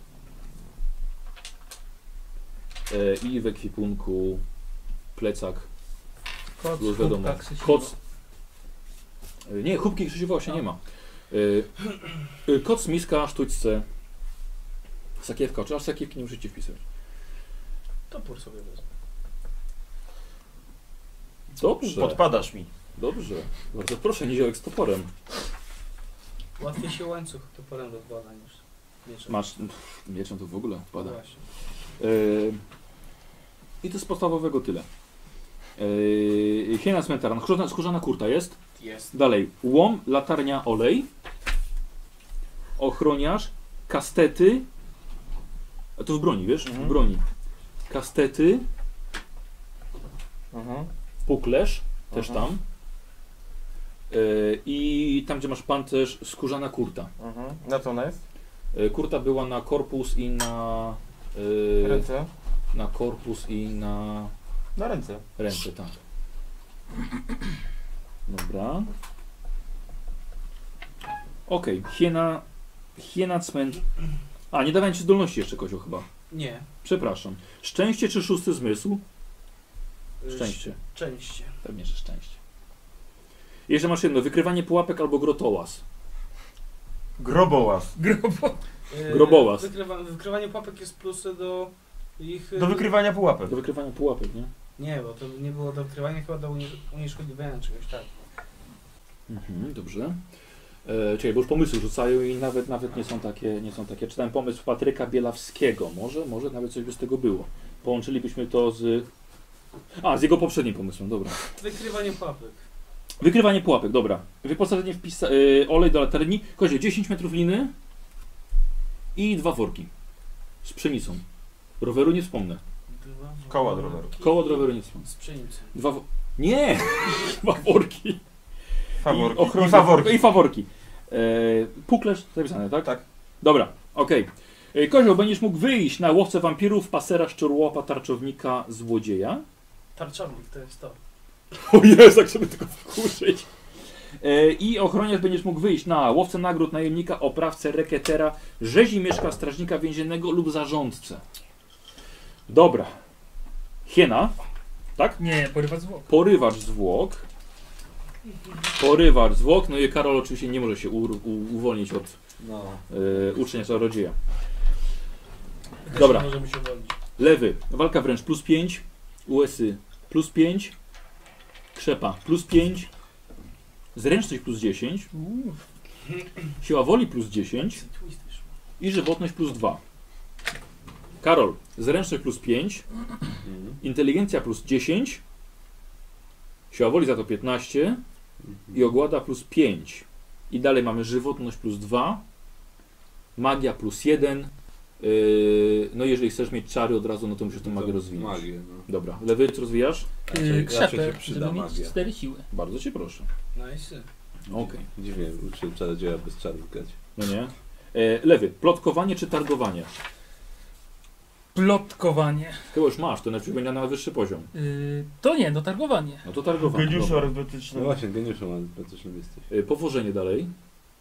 E, I w ekwipunku plecak Koc, Plus wiadomo, kubka, Krzysiu. koc. Y, Nie, chubki Krzysiowa się nie ma. Y, y, Koc, miska, sztućce, sakiewka. Czy aż sakiewki nie musicie wpisać? Topór sobie wezmę. Dobrze, Podpadasz mi. dobrze. Bardzo proszę, niziołek z toporem. Łatwiej się łańcuch toporem rozwala niż mieczem. Masz, pff, mieczem to w ogóle No pada. właśnie. Y, I to z podstawowego tyle. Yy, hiena cmentaran, skórzana, skórzana kurta jest. Jest. Dalej, łom, latarnia, olej, ochroniarz, kastety, a to w broni, wiesz, w Mhm. broni, kastety, Mhm. puklerz, też Mhm. tam Yy, i tam, gdzie masz pancerz, skórzana kurta. Mhm. Na co ona jest? Yy, kurta była na korpus i na, yy, Ręce? na korpus i na Na ręce. ręce, tak. Dobra. Okej, hiena, hiena cment... A, nie dawałem ci zdolności jeszcze, Kozio, chyba. Nie. Przepraszam. Szczęście czy szósty zmysł? Y, Szczęście. Szczęście. Pewnie, że szczęście. Jeszcze masz jedno, wykrywanie pułapek albo grotołaz. Grobołaz. Grobo. Y, Grobołaz. Wykrywa, wykrywanie papek jest plusy do ich... y, Do wykrywania pułapek. Do wykrywania pułapek, nie? Nie, bo to nie było do wykrywania, chyba do uni- unieszkodliwiania czegoś, tak. Mhm, dobrze. E, czyli bo już pomysły rzucają i nawet nawet nie są takie, nie są takie. Czytałem pomysł Patryka Bielawskiego. Może, może nawet coś by z tego było. Połączylibyśmy to z. A, z jego poprzednim pomysłem, dobra. Wykrywanie papek. Wykrywanie pułapek, dobra. Wyposażenie w pisa- y, olej do latarni. Kozie, 10 metrów liny i dwa worki. Z pszenicą. Roweru nie wspomnę. Dwa worki. Koła od roweru. Koło od roweru nie są. Z pszenicą. Dwa wo- Nie! Dwa worki. I, Faworki. ochrona- I faworki. I faworki. E, puklerz zapisane, tak? Tak. Dobra, okej. E, Kozioł, będziesz mógł wyjść na łowcę wampirów, pasera, szczurłopa, tarczownika, złodzieja. Tarczownik to jest to. O Jezu, jak żeby tylko wkurzyć. E, I ochroniarz będziesz mógł wyjść na łowcę nagród, najemnika, oprawcę, reketera, rzezimieszka, strażnika więziennego lub zarządcę. Dobra. Hiena, Nie, porywa zwłok. porywacz zwłok. Porywacz zwłok, no i Karol oczywiście nie może się u, u, uwolnić od No. e, ucznia czarodzieja. Też Dobra. nie Możemy się uwolnić. Lewy, walka wręcz plus 5, USy Y plus 5, krzepa plus 5, zręczność plus 10, Uuu, siła woli plus 10 Twist wyszło. i żywotność plus 2. Karol, zręczność plus 5, Mhm. inteligencja plus 10, siła woli za to 15 Mhm. i ogłada plus 5. I dalej mamy żywotność plus 2, magia plus 1. Yy, no jeżeli chcesz mieć czary od razu, no to musisz tę magię rozwinąć. Magię, no. Dobra, lewy co rozwijasz? yy, Raczej- raczej krzepę, się przyda żeby mieć magia. cztery siły. Bardzo cię proszę. Nice. Okej. Dziwnie, uczyłem czarodzieja bez czarów grać. No nie. E, lewy, plotkowanie czy targowanie? Plotkowanie. Chyba już masz, to najpierw będzie na wyższy poziom. Yy, to nie, no targowanie. No to targowanie. Geniuszu dobra. No arytmetycznego. właśnie, geniuszem, ale praktycznym jesteś. E, powożenie dalej.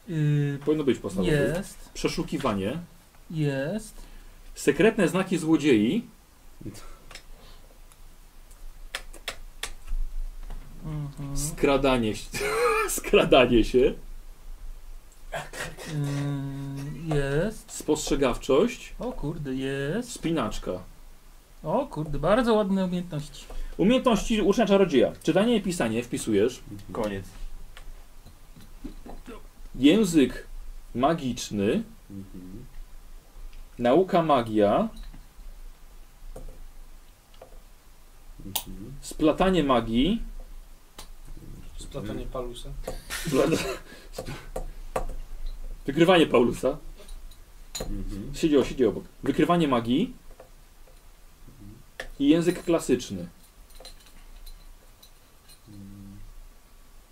Yy, Powinno być podstawowe. jest, Przeszukiwanie. jest. Sekretne znaki złodziei. Mhm. Skradanie się. Skradanie się. Yy, jest. Spostrzegawczość. O kurde, jest. Spinaczka. O kurde, bardzo ładne umiejętności. Umiejętności ucznia czarodzieja. Czytanie i pisanie wpisujesz. Koniec. Język magiczny. Mhm. Nauka magia. Mhm. Splatanie magii. Splatanie palusa. Splat- sp- Wykrywanie Paulusa. Mhm. Siedział, siedział obok. Wykrywanie magii. I język klasyczny.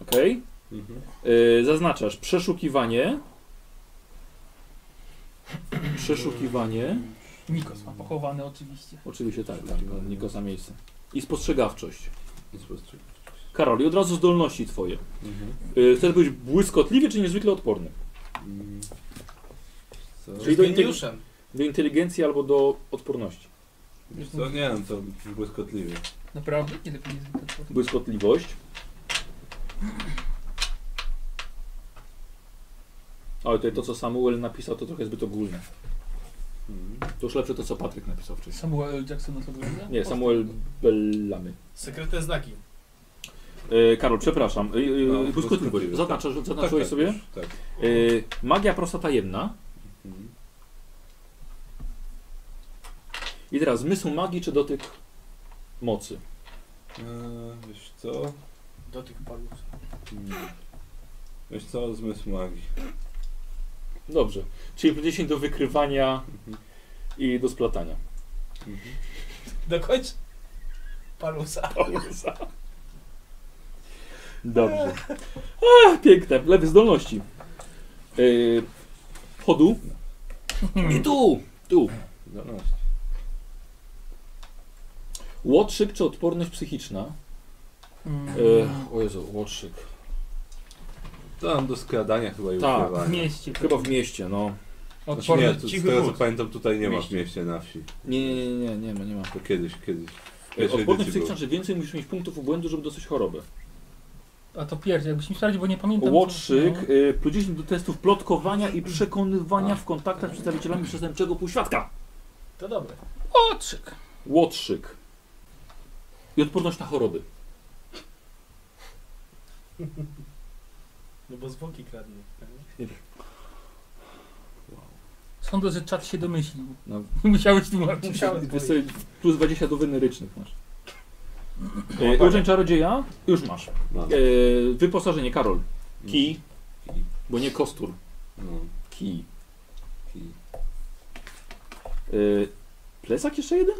Okej. Mhm. Yy, zaznaczasz przeszukiwanie. Przeszukiwanie. Nikos ma pochowany oczywiście. Oczywiście tak, tak. no, Nikosa miejsce. I spostrzegawczość. I spostrzegam. Karol, i od razu zdolności twoje. Mhm. Yy, chcesz być błyskotliwy czy niezwykle odporny? Mm. Co? Czyli Czyli do do integ- geniuszem. Do inteligencji albo do odporności. Wiesz co, nie wiem, to błyskotliwie. Naprawdę? Nie lepiej niezwykle. odporny. Błyskotliwość. Ale tutaj to, co Samuel napisał, to trochę zbyt ogólne. Mhm. To już lepsze to, co Patryk napisał wcześniej. Samuel L. Jackson odgląda? Nie, Samuel Bellamy. Sekretne znaki. E, Karol, przepraszam. E, e, No, błyskotliwość. błyskotliwość, Zaznaczasz, zaznaczyłeś sobie? już, Tak. E, magia prosta tajemna. Mhm. I teraz zmysł magii czy dotyk mocy? Eee, wiesz co? Do tych palusa. Mm. Wiesz co, zmysł magii. Dobrze. Czyli plus 10 do wykrywania Mhm, i do splatania. Dokończ. Palusa. Pauza. Dobrze. Ach, piękne. Lewy zdolności. Yy, chodu. I tu. Tu. Zdolności. Łotrzyk czy odporność psychiczna? Mm. Yy, e, o Jezu, łotrzyk. Tam do skradania chyba i Tak, W ukrywania. mieście. Chyba w mieście, no. Znaczy nie, Odporny. tu, z cichy tego co wód. pamiętam tutaj nie ma w Mieście. mieście na wsi. Nie, nie, nie, nie, nie ma, nie ma. To kiedyś, kiedyś. W Yy, pierwszej odporność edycji psychiczna, czy więcej musisz mieć punktów ubłędu, żeby dostać chorobę. A to pierwszy, jakbyś mi sprawdził, bo nie pamiętam. co- Łotrzyk, yy, plus 10 do testów plotkowania i przekonywania A. w kontaktach z przedstawicielami przestępczego półświadka. To dobre. No. Łotrzyk. Łotrzyk. I odporność na choroby. No bo zwłoki kradną. nie? Sądzę, że czat się domyślił. No. Musiałeś tłumaczyć. Musiałem Wiesz co, powiedzieć. plus 20 do wynyrycznych masz. E, uczeń czarodzieja? Już masz. E, było. No, wyposażenie, Karol. Kij, bo nie kostur. no, Kij. kij. E, plecak jeszcze jeden?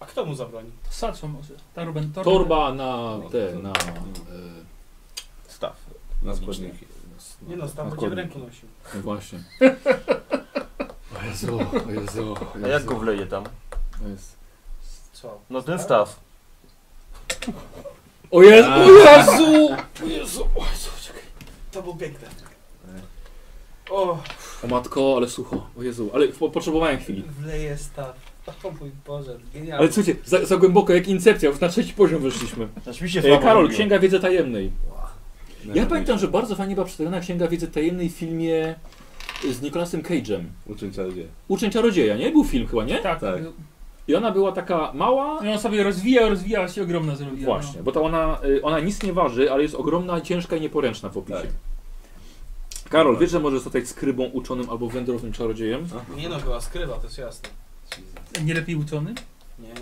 A kto mu zabroni? Saczo może. Tarben, torba. Torba na te, na... E, Staw. Na składniki. Nie no, tam na będzie w kornik. ręku nosił. No właśnie. O Jezu, o Jezu, o A jak Jezu. go wleję tam? O Jezu. Co? No Tak? ten staw. O Jezu, o Jezu! O Jezu, o Jezu, czekaj. To było piękne. E. O, O matko, ale sucho. O Jezu, ale po- potrzebowałem chwili. wleje staw. O mój Boże, genialnie. Ale słuchajcie, za, za głęboko jak incepcja, już na trzeci poziom wyszliśmy. Rzeczywiście E, słabo Karol, robiłem. Księga Wiedzy Tajemnej. Ja pamiętam, że bardzo fajnie była przedstawiona Księga Wiedzy Tajemnej w filmie z Nicolasem Cage'em. Uczeń czarodzieja. Uczeń Czarodzieja, nie? Był film chyba, nie? Tak. Tak, tak. I ona była taka mała... I on sobie rozwijał, rozwijała się ogromna zrobiła. no. Właśnie, bo ta ona, y, ona nic nie waży, ale jest ogromna, ciężka i nieporęczna w opisie. Karol, wiesz, że możesz zostać skrybą, uczonym albo wędrownym czarodziejem? Nie no, była skrywa, to jest jasne. No. Nie lepiej uczony? Nie.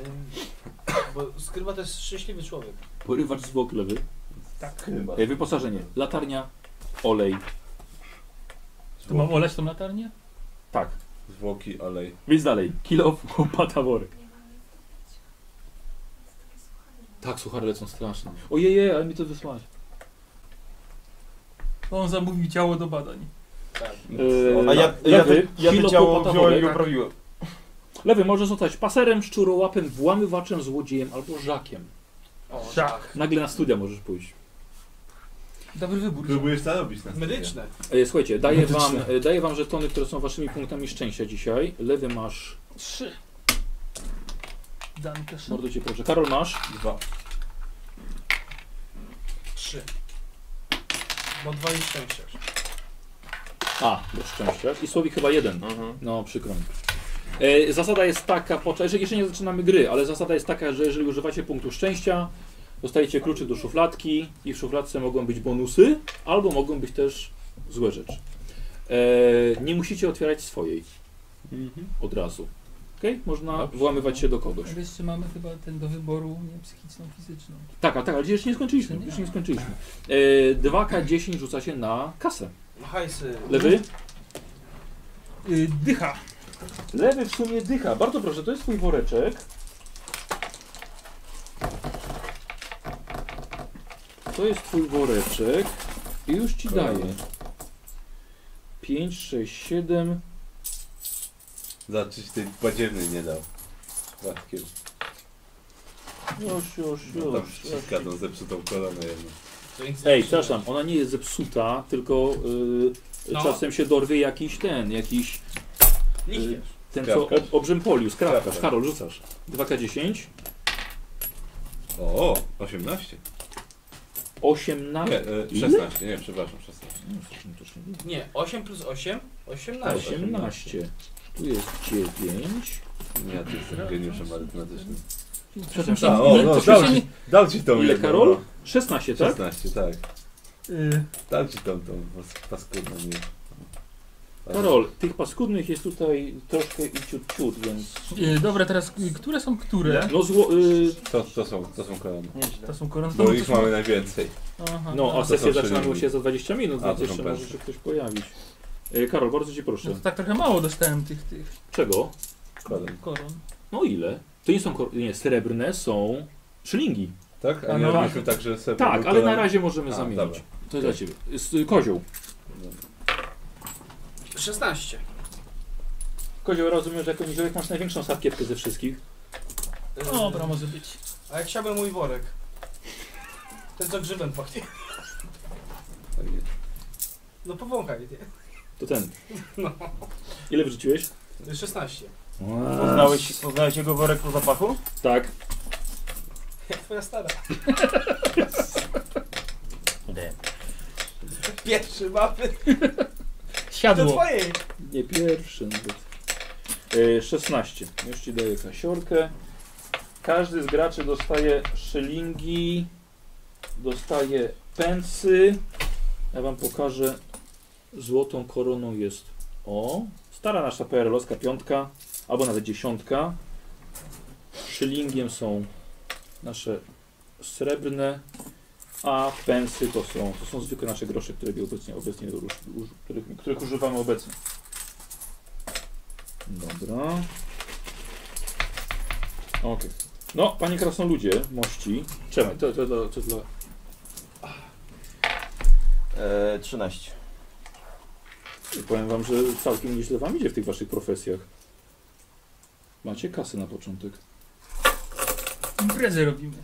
Bo skrywa to jest szczęśliwy człowiek. Porywacz z woklewy. Tak. E, Wyposażenie. Latarnia, olej. To mam olać tą latarnię? Tak. Zwłoki, olej. Więc dalej. Kilo, łopata, worek. Tak, suchary lecą E, straszne. Ojej, ale mi to wysłałeś. Bo on zamówił ciało do badań. Tak. E, A ja, tak. ja, te, Lewy, ja te kilo ciało kłopota wziąłem i worek. oprawiłem. Lewy może zostać paserem, szczurołapem, włamywaczem, złodziejem albo żakiem. O, tak. Szach. Nagle na studia możesz pójść. Dobry wybór. Próbujesz zarobić na tak. Medyczne. E, Słuchajcie, daję wam, e, daję wam żetony, które są waszymi punktami szczęścia dzisiaj. Lewy masz, Trzy. Danka szybko. mordu cię proszę. Karol masz, Dwa. Trzy. Bo dwa i szczęście. a, do szczęścia. I Słowik chyba jeden. Mhm. No, przykro mi. E, Zasada jest taka, poczekaj, jeszcze- jeszcze nie zaczynamy gry, ale zasada jest taka, że jeżeli używacie punktu szczęścia, dostajecie kluczyk do szufladki i w szufladce mogą być bonusy, albo mogą być też złe rzeczy. E, Nie musicie otwierać swojej od razu. Okay? Można włamywać się do kogoś. Ale jeszcze mamy chyba ten do wyboru nie, psychiczną, fizyczną. Tak, a tak, ale jeszcze nie skończyliśmy. Nie. Jeszcze nie skończyliśmy. E, 2K10 rzuca się na kasę. No hajsy. Lewy? Y, dycha. Lewy w sumie dycha. Bardzo proszę, to jest twój woreczek. To jest twój woreczek. I już ci daję. 5, 6, 7. Zobaczyć, ty badziewny nie dał. Ładkiem. Już, już, No tam już. ściska tą zepsutą koronę jedną. To nic nie znaczy. Ej, przyda. przepraszam, ona nie jest zepsuta, tylko y, No. czasem się dorwie jakiś ten, jakiś Lichwiarz. Ten co Krawkarz. ob, obrzępolił, skrawkasz. Krawkarz. Karol, rzucasz. 2K10. O, 18. 18. Nie, no, e, 16, nie, przepraszam, 16. Nie, 8 plus 8, 18. 18. Tu jest 9. Nie, ty jestem geniuszem arytmetycznym. Przepraszam, A, ile- o, ile- no, co- dał, co- ci, dał ci tą Ile jedną, Karol? no. 16, tak? 16, tak. Y, Dał ci tą, tą pas- paskudną. Nie. Karol, tych paskudnych jest tutaj troszkę i ciut, ciut, więc... y, dobra, teraz y, które są które? No zło... Y, To, to, są, to są korony. To są korony. Bo ich mamy najwięcej. Aha, no, a dobra. to są sesja zaczyna przynajmniej. się za 20 minut, A, więc to są jeszcze może pensje. się ktoś pojawić. E, Karol, bardzo Cię no proszę. to tak trochę mało dostałem tych, tych Czego? Koron. koron. No ile? To nie są... kor- Nie, srebrne są... Szylingi. Tak? A A nie no robiliśmy tak, że sobie... Tak, był ale na koron- razie możemy A, zamienić. dobra. To jest dla Ciebie. S- y, Kozioł. 16. Kozioł, rozumiem, że jako niziołek masz największą sakiewkę ze wszystkich. Yy, No, Dobra, może być. A jak chciałbym mój worek? Ten co grzybem pachnie. Tak jest. No powąchaj, To ten. No. Ile wrzuciłeś? nie? 16. Poznałeś, poznałeś jego worek po zapachu? Tak. Jak twoja stara. Pierwszy mapy. Do Siadło. twojej. Nie pierwszy nawet. E, 16. Już ci daję kasiorkę. Każdy z graczy dostaje szylingi, dostaje pensy. Ja wam pokażę. Złotą koroną jest o. Stara nasza PRL-owska piątka, albo nawet dziesiątka. Szylingiem są nasze srebrne, a pensy to są, to są zwykłe nasze grosze, które obecnie, obecnie uż, których, których używamy obecnie. Dobra. Okej. No, panie krasnoludzie, mości. Trzymaj, to, to, to, to dla... E, 13. Powiem wam, że całkiem nieźle wam idzie w tych waszych profesjach. Macie kasę na początek. Imprezę robimy.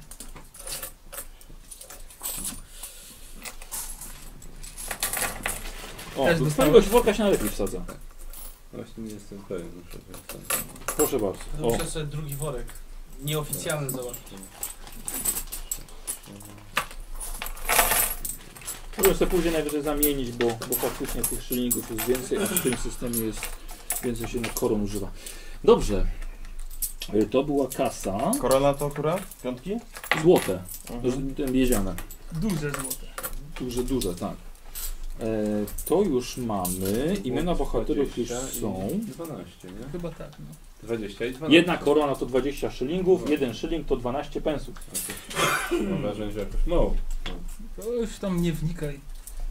O, Też do dostałem. twojego Tak. worka się najlepiej wsadza. Właśnie nie jestem pewien. muszę powiedzieć. Proszę bardzo. To O, muszę sobie drugi worek. Nieoficjalny załatwić. może sobie później najwyżej zamienić, bo, bo faktycznie tych szylników jest więcej, a w tym systemie jest więcej się na koron używa. Dobrze. Y, To była kasa. Korona to która? Piątki? Złote. Mhm. Mhm. Miedziane. Duże złote. Duże, duże, tak. E, to już mamy. Imiona bohaterów już 20 i są. 12, nie? Chyba tak, no. 20 i 12. Jedna korona No. to 20 szylingów, jeden szyling to 12 pensów. Mam wrażenie, że jakoś mało. To już tam nie wnikaj.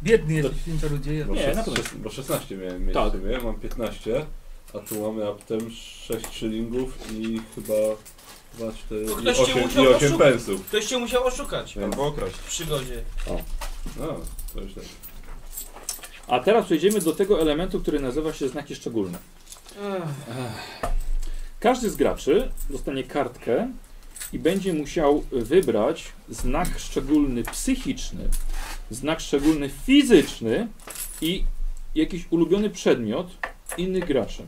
Biedny jesteś w tym czarodzieju. Bo, Nie, szes- na pewno. szes- bo 16 miałem mieć Tak. tak. sobie, mam 15, a tu mamy aptem 6 szylingów i chyba 2, 4 i Ktoś cię 8, i musiał 8 oszu- pensów. Ktoś cię musiał oszukać Więc, Albo okraść. w przygodzie. no, to już tak. A teraz przejdziemy do tego elementu, który nazywa się znaki szczególne. Ech, Każdy z graczy dostanie kartkę i będzie musiał wybrać znak szczególny psychiczny, znak szczególny fizyczny i jakiś ulubiony przedmiot innych graczy.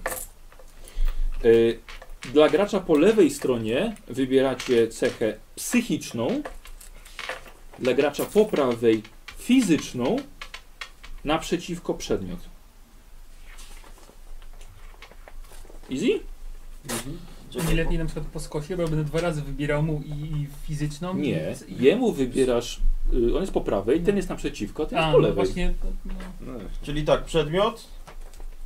Y, Dla gracza po lewej stronie wybieracie cechę psychiczną, dla gracza po prawej fizyczną, naprzeciwko przedmiot. Easy? Nie lepiej na przykład po skosie, bo ja będę dwa razy wybierał mu i, i fizyczną. Nie, i, i... jemu wybierasz. y, On jest po prawej, ten jest naprzeciwko, a ten A, jest po no lewej. właśnie. No, No, Czyli tak, przedmiot,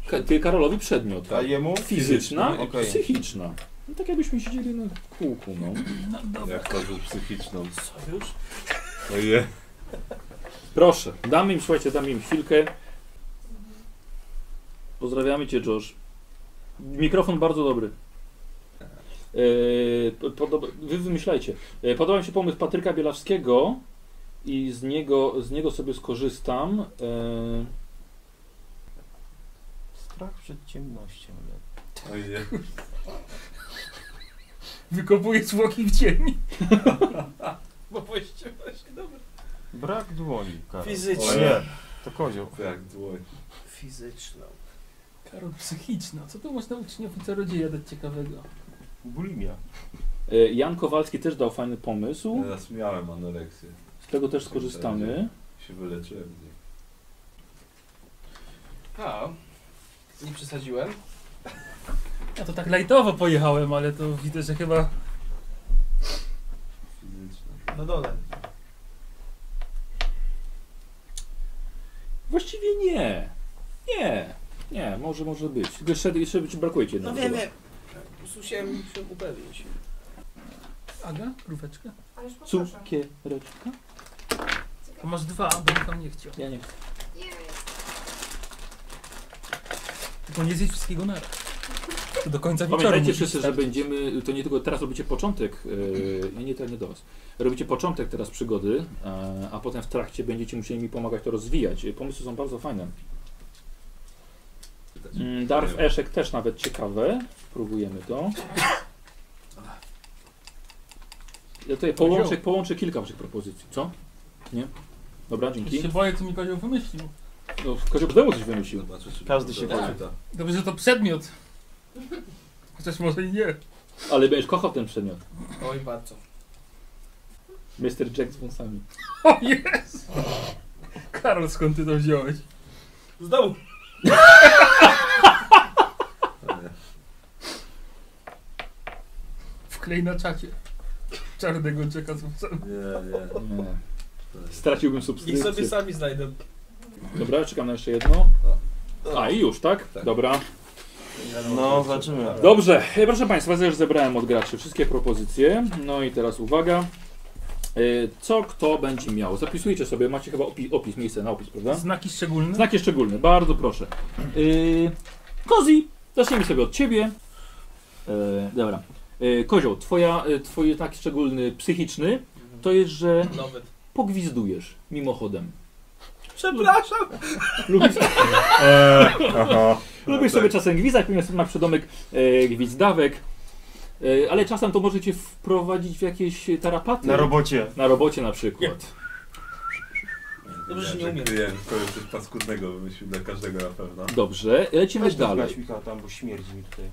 Ka- Ty Karolowi przedmiot. tak. a jemu? Fizyczna i Okej. psychiczna. No, tak jakbyśmy siedzieli na kółku, no. no dobra. jak to był psychiczną. Co już? Oje. Proszę, damy im, słuchajcie, damy im chwilkę. Pozdrawiamy Cię, Josh. Mikrofon bardzo dobry. Yy, podoba, wy wymyślajcie. Yy, podoba mi się pomysł Patryka Bielawskiego i z niego, z niego sobie skorzystam. Yy, Strach przed ciemnością. Oje. Wykopuję zwłoki w cień. Bo właściwie dobra. Brak dłoni. Karol. O Fizyczną. nie, to kozioł. Tak, dłoń. Fizyczną. Karol, psychiczna. Co tu można uczniowi czarodzieja dać ciekawego? Bulimia. Yy, Jan Kowalski też dał fajny pomysł. Teraz miałem anoreksję. Z tego też skorzystamy. Się wyleczyłem z niej. A, nie przesadziłem. Ja to tak lajtowo pojechałem, ale to widzę, że chyba Fizyczna. Na dole. Właściwie nie. Nie. Nie, może, może być. Tylko Jeszcze, jeszcze ci brakuje ci No jednego. wiem, wiem. Musiałem się upewnić. Aga, króweczkę. Ależ poproszę. Cukiereczka? To masz dwa, bo bym tam nie chciał. Ja nie Jej. Tylko nie zjeść wszystkiego naraz. To do końca wieczoru Pamiętajcie musisz wszyscy, że wstać. będziemy, to nie tylko teraz robicie początek, yy, nie, nie, to nie do was, robicie początek teraz przygody, yy, a potem w trakcie będziecie musieli mi pomagać to rozwijać. Yy, Pomysły są bardzo fajne. Mm, Darf Eszek też nawet ciekawe, próbujemy to. Ja tutaj połączę, połączę kilka waszych propozycji, co? Nie? Dobra, Ja dzięki. się boję, co mi kozioł wymyślił. No, Kozioł coś wymyślił. Zobaczę, czy Każdy się doda- kocha. doda. Dobrze, że to przedmiot. Chociaż może i nie. Ale będziesz kochał ten przedmiot. Oj, bardzo. Mr. Jack z wąsami. O jest! Karol, skąd ty to wziąłeś? Z domu. Wklej na czacie. Czarnego czeka z włosami. Nie, nie. Nie. Straciłbym Niech sobie subskrypcję. sami znajdą. Dobra, czekam na jeszcze jedno. A i już, tak? Tak. Dobra. No, zobaczymy. Dobrze, E, proszę Państwa, ja już zebrałem od graczy wszystkie propozycje. No i teraz uwaga. E, Co kto będzie miał? Zapisujcie sobie, macie chyba opis, opis miejsce na opis, prawda? Znaki szczególne? Znaki szczególne, bardzo proszę. Y, Yy, Kozi, zacznijmy sobie od ciebie. E, dobra. E, Kozioł, twoja, e, twój tak szczególny psychiczny Mhm. to jest, że Nowy. pogwizdujesz mimochodem. Przepraszam! Lubisz, E, Eee, aha. lubisz sobie czasem gwizdać, ponieważ masz przydomek e, gwizdawek, e, ale czasem to możecie wprowadzić w jakieś tarapaty. Na robocie. Na robocie na przykład. Dobrze, że nie Nie umiem. wiem, powiem coś paskudnego wymyślił dla każdego na pewno. Dobrze, lecimy Weź to dalej. zgaś, Michał, tam, bo śmierdzi mi tutaj.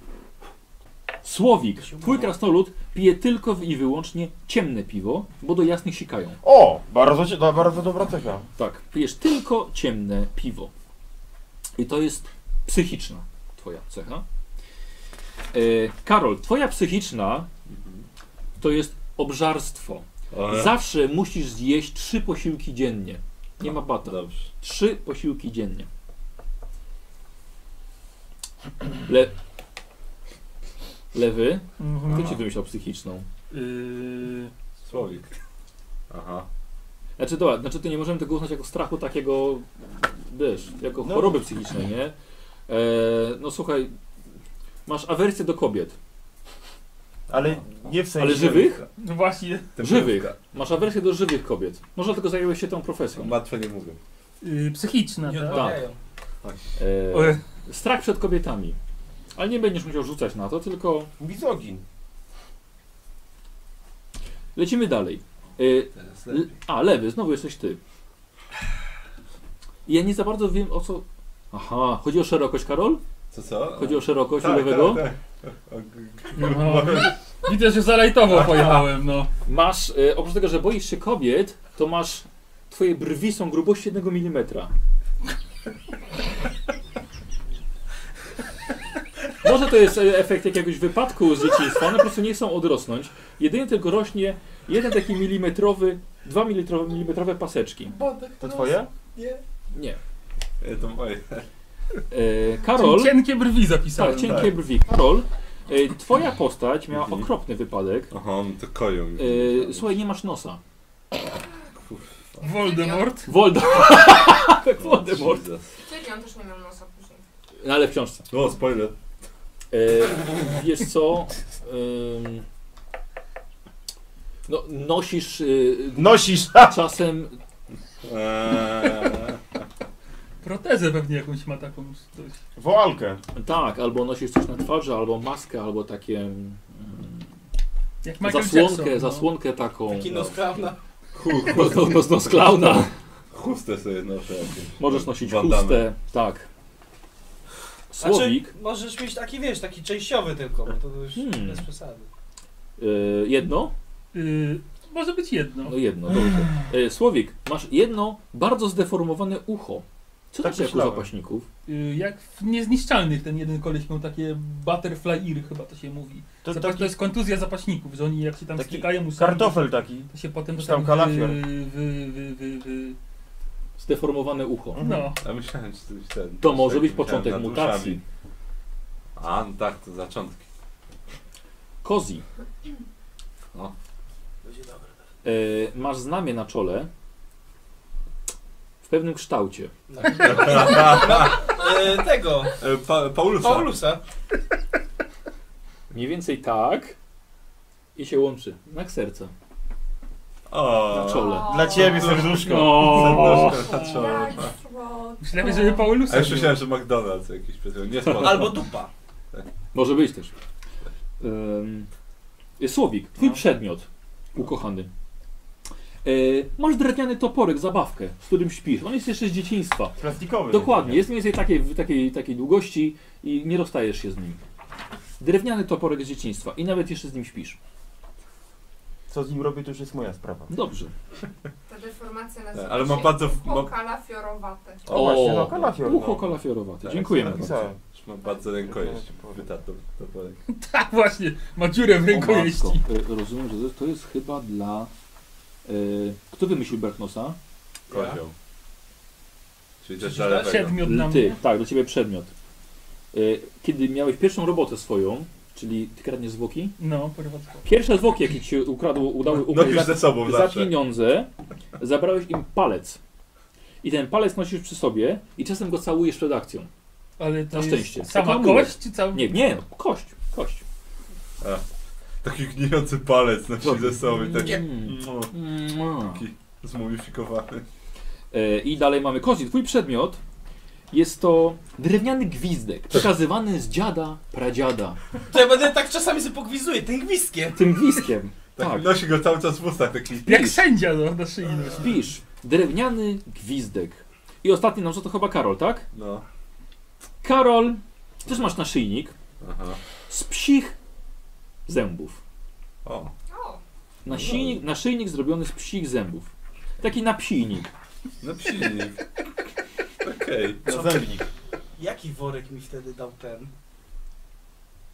Słowik, twój krasnolud pije tylko i wyłącznie ciemne piwo, bo do jasnych sikają. O, bardzo, cie- to bardzo dobra cecha. Tak, pijesz tylko ciemne piwo. I to jest psychiczna twoja cecha. E, Karol, twoja psychiczna to jest obżarstwo. Ale- Zawsze musisz zjeść trzy posiłki dziennie. Nie ma bata. Dobrze. Trzy posiłki dziennie. Le... Lewy? Mhm. Kto ci wymyślał psychiczną? Yy, Słowik. Aha. Znaczy, dobra, znaczy to nie możemy tego uznać jako strachu takiego, wiesz, jako No. choroby psychicznej, nie? E, no słuchaj, masz awersję do kobiet, Ale nie w sensie... ale żywych? no właśnie. Żywych. Masz awersję do żywych kobiet. Może tylko zająłeś się tą profesją. Matwe nie mówią. Yy, psychiczna, Nie tak? odmawiają. E, strach przed kobietami. Ale nie będziesz musiał rzucać na to, tylko Bizogin. lecimy dalej. E, Teraz l- lepiej. a, lewy, znowu jesteś ty. Ja nie za bardzo wiem o co... Aha, chodzi o szerokość, Karol? Co, co? Chodzi o szerokość Tak, u lewego? tak, tak. O, g- No, widzę, że zalajtowo Tak. pojechałem, no. Masz, e, oprócz tego, że boisz się kobiet, to masz, twoje brwi są grubości jednego milimetra. Może to jest e, efekt jakiegoś wypadku z dzieciństwa, one po prostu nie chcą odrosnąć. Jedynie tylko rośnie jeden taki milimetrowy, dwa milimetrowe, milimetrowe paseczki. To twoje? Nie. e, To moje. E, Karol, Cienkie brwi zapisałem. tak, cienkie brwi. Karol, e, twoja postać miała Mhm. okropny wypadek. Aha, no to koją. mi. E, słuchaj, nie masz nosa. Tak. Voldemort. Woldo. tak, O, Voldemort. Jesus. Czyli on też nie miał nosa później. No, ale w książce. O, spoiler. E, wiesz co? Ym, no, nosisz y, Nosisz! czasem. Eee, Protezę pewnie jakąś ma taką. czy Coś. Woalkę. Tak, albo nosisz coś na twarzy, albo maskę, albo takie. mm, Jak Michael zasłonkę, Jackson, no. zasłonkę taką. Taki nos klauna. chu- No, no, no, no, z klauna. Chustę sobie noszę. jakieś. Możesz nosić Bandamę. chustę. Tak. Słowik. Znaczy, możesz mieć taki, wiesz, taki częściowy tylko, bo to już Hmm. bez przesady. Y, jedno? Yy, może być jedno. No jedno, dobrze. Y, Słowik, masz jedno bardzo zdeformowane ucho. Tak Co to jest jak u myślałem. zapaśników? Y, Jak w Niezniszczalnych ten jeden koleś miał takie butterfly ear, chyba to się mówi. To, Zapaś, taki to jest kontuzja zapaśników, że oni jak się tam taki stykają ustami, kartofel taki. to się potem czy tam tak kalafior. wy, wy, wy, wy, wy. Zdeformowane ucho. No, A myślałem, czy to jest ten. To może tak być myślałem początek nad mutacji. uszami. A, no tak, to zaczątki. Kozi. No. E, masz znamie na czole w pewnym kształcie. No. E, tego, E, pa, Paulusa. Paulusa. Mniej więcej tak i się łączy. Znak serca O, na czole. O, Dla ciebie No. serduszko. O, serduszko na czole. Tak, słodko. myślałem, żeby Paulusa A już był. myślałem, że McDonald's jakiś przed chwilą. Nie spadł. Albo dupa. może być też. Ym, e, Słowik, twój przedmiot ukochany. E, masz drewniany toporek, zabawkę, z którym śpisz. On jest jeszcze z dzieciństwa. Plastikowy. Dokładnie, jest mniej więcej takiej, takiej, takiej długości i nie rozstajesz się z nim. Drewniany toporek z dzieciństwa i nawet jeszcze z nim śpisz. Co z nim robię, to już jest moja sprawa. Dobrze. Ta deformacja nazywa Ale ma się bardzo... ucho Ma, kalafiorowate. O, właśnie, no, kalafior. Ucho No. kalafiorowate. Tak, Dziękujemy tak, bardzo. Napisałem. ma bardzo rękojeść. Wytato, to Polek. Tak, właśnie, ma dziurę w O matko, rękojeści. y, Rozumiem, że to jest chyba dla... y, kto wymyślił Berknosa? Kozioł. Czyli też Przecież dla da lewego. Przedmiot na Ty, mnie. tak, dla ciebie przedmiot. Y, Kiedy miałeś pierwszą robotę swoją, czyli ty kradniesz zwłoki, No, porwadka. pierwsze zwłoki, jakie ci się ukradło, udały ukraść Nosisz za, ze sobą za zawsze. pieniądze, zabrałeś im palec. I ten palec nosisz przy sobie i czasem go całujesz przed akcją. Ale to Na jest szczęście. sama Reklamuję. kość, czy cały... Nie, nie, kość, kość. Taki gnijący palec na Co? ze sobą i taki Mm. no, Mua. zmumifikowany. E, I dalej mamy kozi. Twój przedmiot jest to drewniany gwizdek, przekazywany z dziada, pradziada. To ja będę tak czasami sobie pogwizuję tym gwizdkiem. Tym gwizdkiem. Tak, Tak. nosi go cały czas w ustach, taki Jak sędzia no, na szyi. Wpisz Tak. drewniany gwizdek. I ostatni nam, że to chyba Karol, tak? No. Karol, też masz naszyjnik Aha. z psich zębów. O. O, Naszyjnik, naszyjnik zrobiony z psich zębów. Taki napsijnik. No silnik. Okej. Nazewnik. Jaki worek mi wtedy dał ten?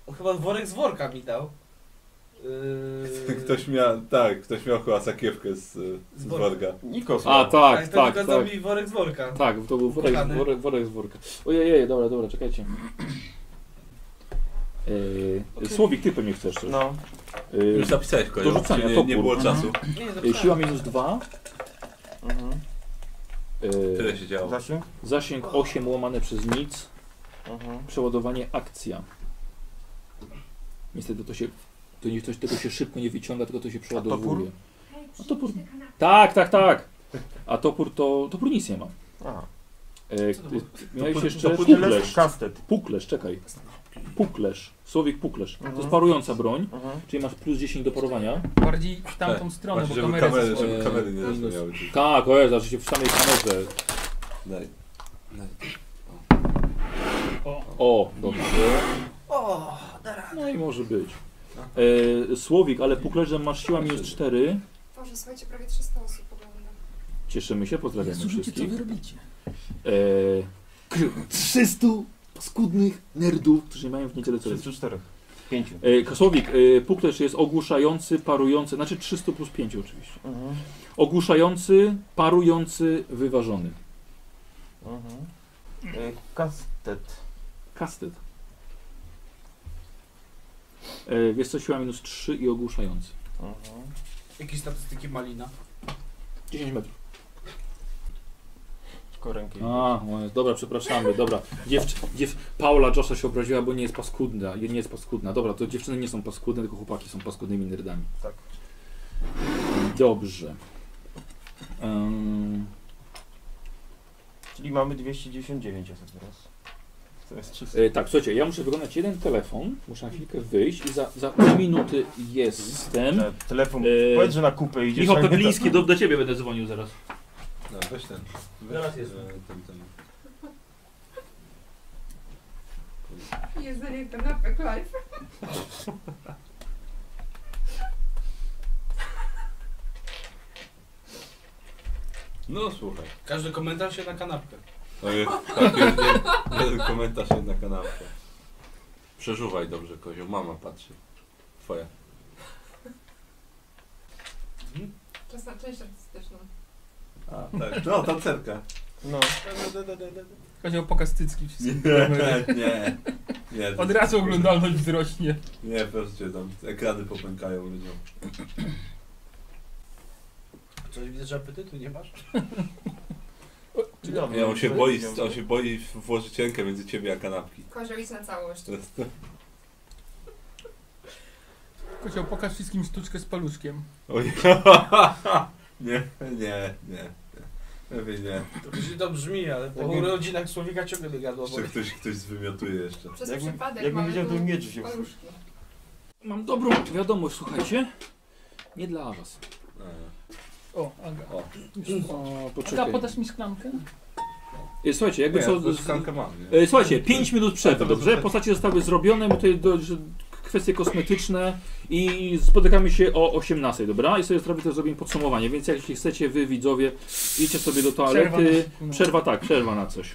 On chyba worek z worka mi dał. Yy, Ktoś miał, tak, ktoś miał chyba sakiewkę z, y, z Z worka. worka. Nikos. A, tak, to tak, tak. tylko dał mi worek z worka. Tak, to był worek, Kochany. worek, worek z worka. Ojej, dobra, dobra, czekajcie. Yy, Słowik, ty pewnie chcesz coś. No. Yy, Już zapisałeś Do kogoś, rzucania, nie, nie topór. było czasu. Nie, yy, zapisałem. siła minus 2. Mhm. Tyle się działo. Zasięg? Zasięg 8 łamane przez nic. Mhm. Przeładowanie akcja. Niestety to się. To nie, to, tego się szybko nie wyciąga, tylko to się przeładowuje. hej, No to przyjdź na kanapę. Tak, tak, tak. A topór to. Topór nic nie ma. A. E, Co to ty- było? miałeś Topór- No jeszcze topór- puklesz. Kastet. Puklesz, czekaj. Puklesz. Słowik puklesz. To jest Mhm. parująca broń, Mhm. czyli masz plus 10 do parowania. Bardziej w tamtą stronę, Tak, Właśnie, bo żeby kamery e, zasłonię. kamery, kamerę, żeby kamery nie Eee, zasłaniały. Tak, o Jezu, że się w samej kamerze. Daj. O, dobrze. O, No i może być. E, Słowik, ale puklerzem masz siła minus 4. Boże, słuchajcie, prawie 300 osób ogląda. Cieszymy się, pozdrawiamy Słuchajcie, co wszystkich. wy robicie? Eee, 300 skudnych nerdów, którzy nie mają w niedzielę co jest. Wszyscy czterech. Pięciu. Eee, Kasłowik, eee, puk też jest ogłuszający, parujący, znaczy 300 plus 5 oczywiście. Mhm. Ogłuszający, parujący, wyważony. Mhm. E, Kastet. Kastet. Eee, wiesz co, siła minus 3 i ogłuszający. Mhm. jakie statystyki malina. 10 metrów. Korenki. A, moje- dobra, przepraszamy, dobra. Dziewczy, dziew, Paula Josza się obraziła, bo nie jest paskudna. Nie jest paskudna. Dobra, to dziewczyny nie są paskudne, tylko chłopaki są paskudnymi nerdami. Tak. Dobrze. Ym, Czyli mamy 299 osób teraz. To jest 300. e, tak, słuchajcie, ja muszę wyglądać jeden telefon, muszę na chwilkę wyjść i za, za pół minuty jestem. Te- Telefon. E, Powiedz, że na kupę idziesz. Michał a nie tak. Pepliński, do, do ciebie będę dzwonił zaraz. No, weź ten. Weź, Teraz jest. e, Ten, ten. Jedzenie kanapek live. No słuchaj. Każdy komentarz się na kanapkę. To jest, tak, jest nie, jeden komentarz, jedna kanapka. Przeżuwaj dobrze, kozioł. Mama patrzy. Twoja. Czas na część artystyczną. A, tak. No, tancerka. No. Chodzi o pokaz cycki wszystkim. Nie, tak. nie. Nie, Od razu oglądalność wzrośnie. Nie, proszę cię, tam ekrany popękają ludziom. Coś widzę, że apetytu nie masz? Dobra, Nie, on się to boi, idziemy. on się boi włożyć rękę między ciebie a kanapki. Kozioł idź na całość. To jest- Chodzi o pokaz wszystkim sztuczkę z paluszkiem. Oj, nie, nie, nie. nie. Lepiej nie. To źle to brzmi, ale po Jakby- urodzinach człowieka ciągle by gadło. Tak. Jeszcze ktoś, ktoś zwymiotuje jeszcze. Przez Jakbym- przypadek jakbym mamy wiedział, tu to bym mieczy się paluszki. Mam dobrą wiadomość, słuchajcie. Nie dla was. O, Aga. O, O, Aga, podasz mi szklankę? E, Słuchajcie, jakby nie, co... to z- szklankę mam, nie? E, Słuchajcie, 5 minut przerwy, To dobrze? dobrze. Postacie zostały zrobione, bo tutaj do, że kwestie kosmetyczne i spotykamy się o 18, dobra? I sobie zrobię to zrobimy podsumowanie, więc jak jeśli chcecie wy widzowie, idźcie sobie do toalety. na- Przerwa tak, przerwa na coś.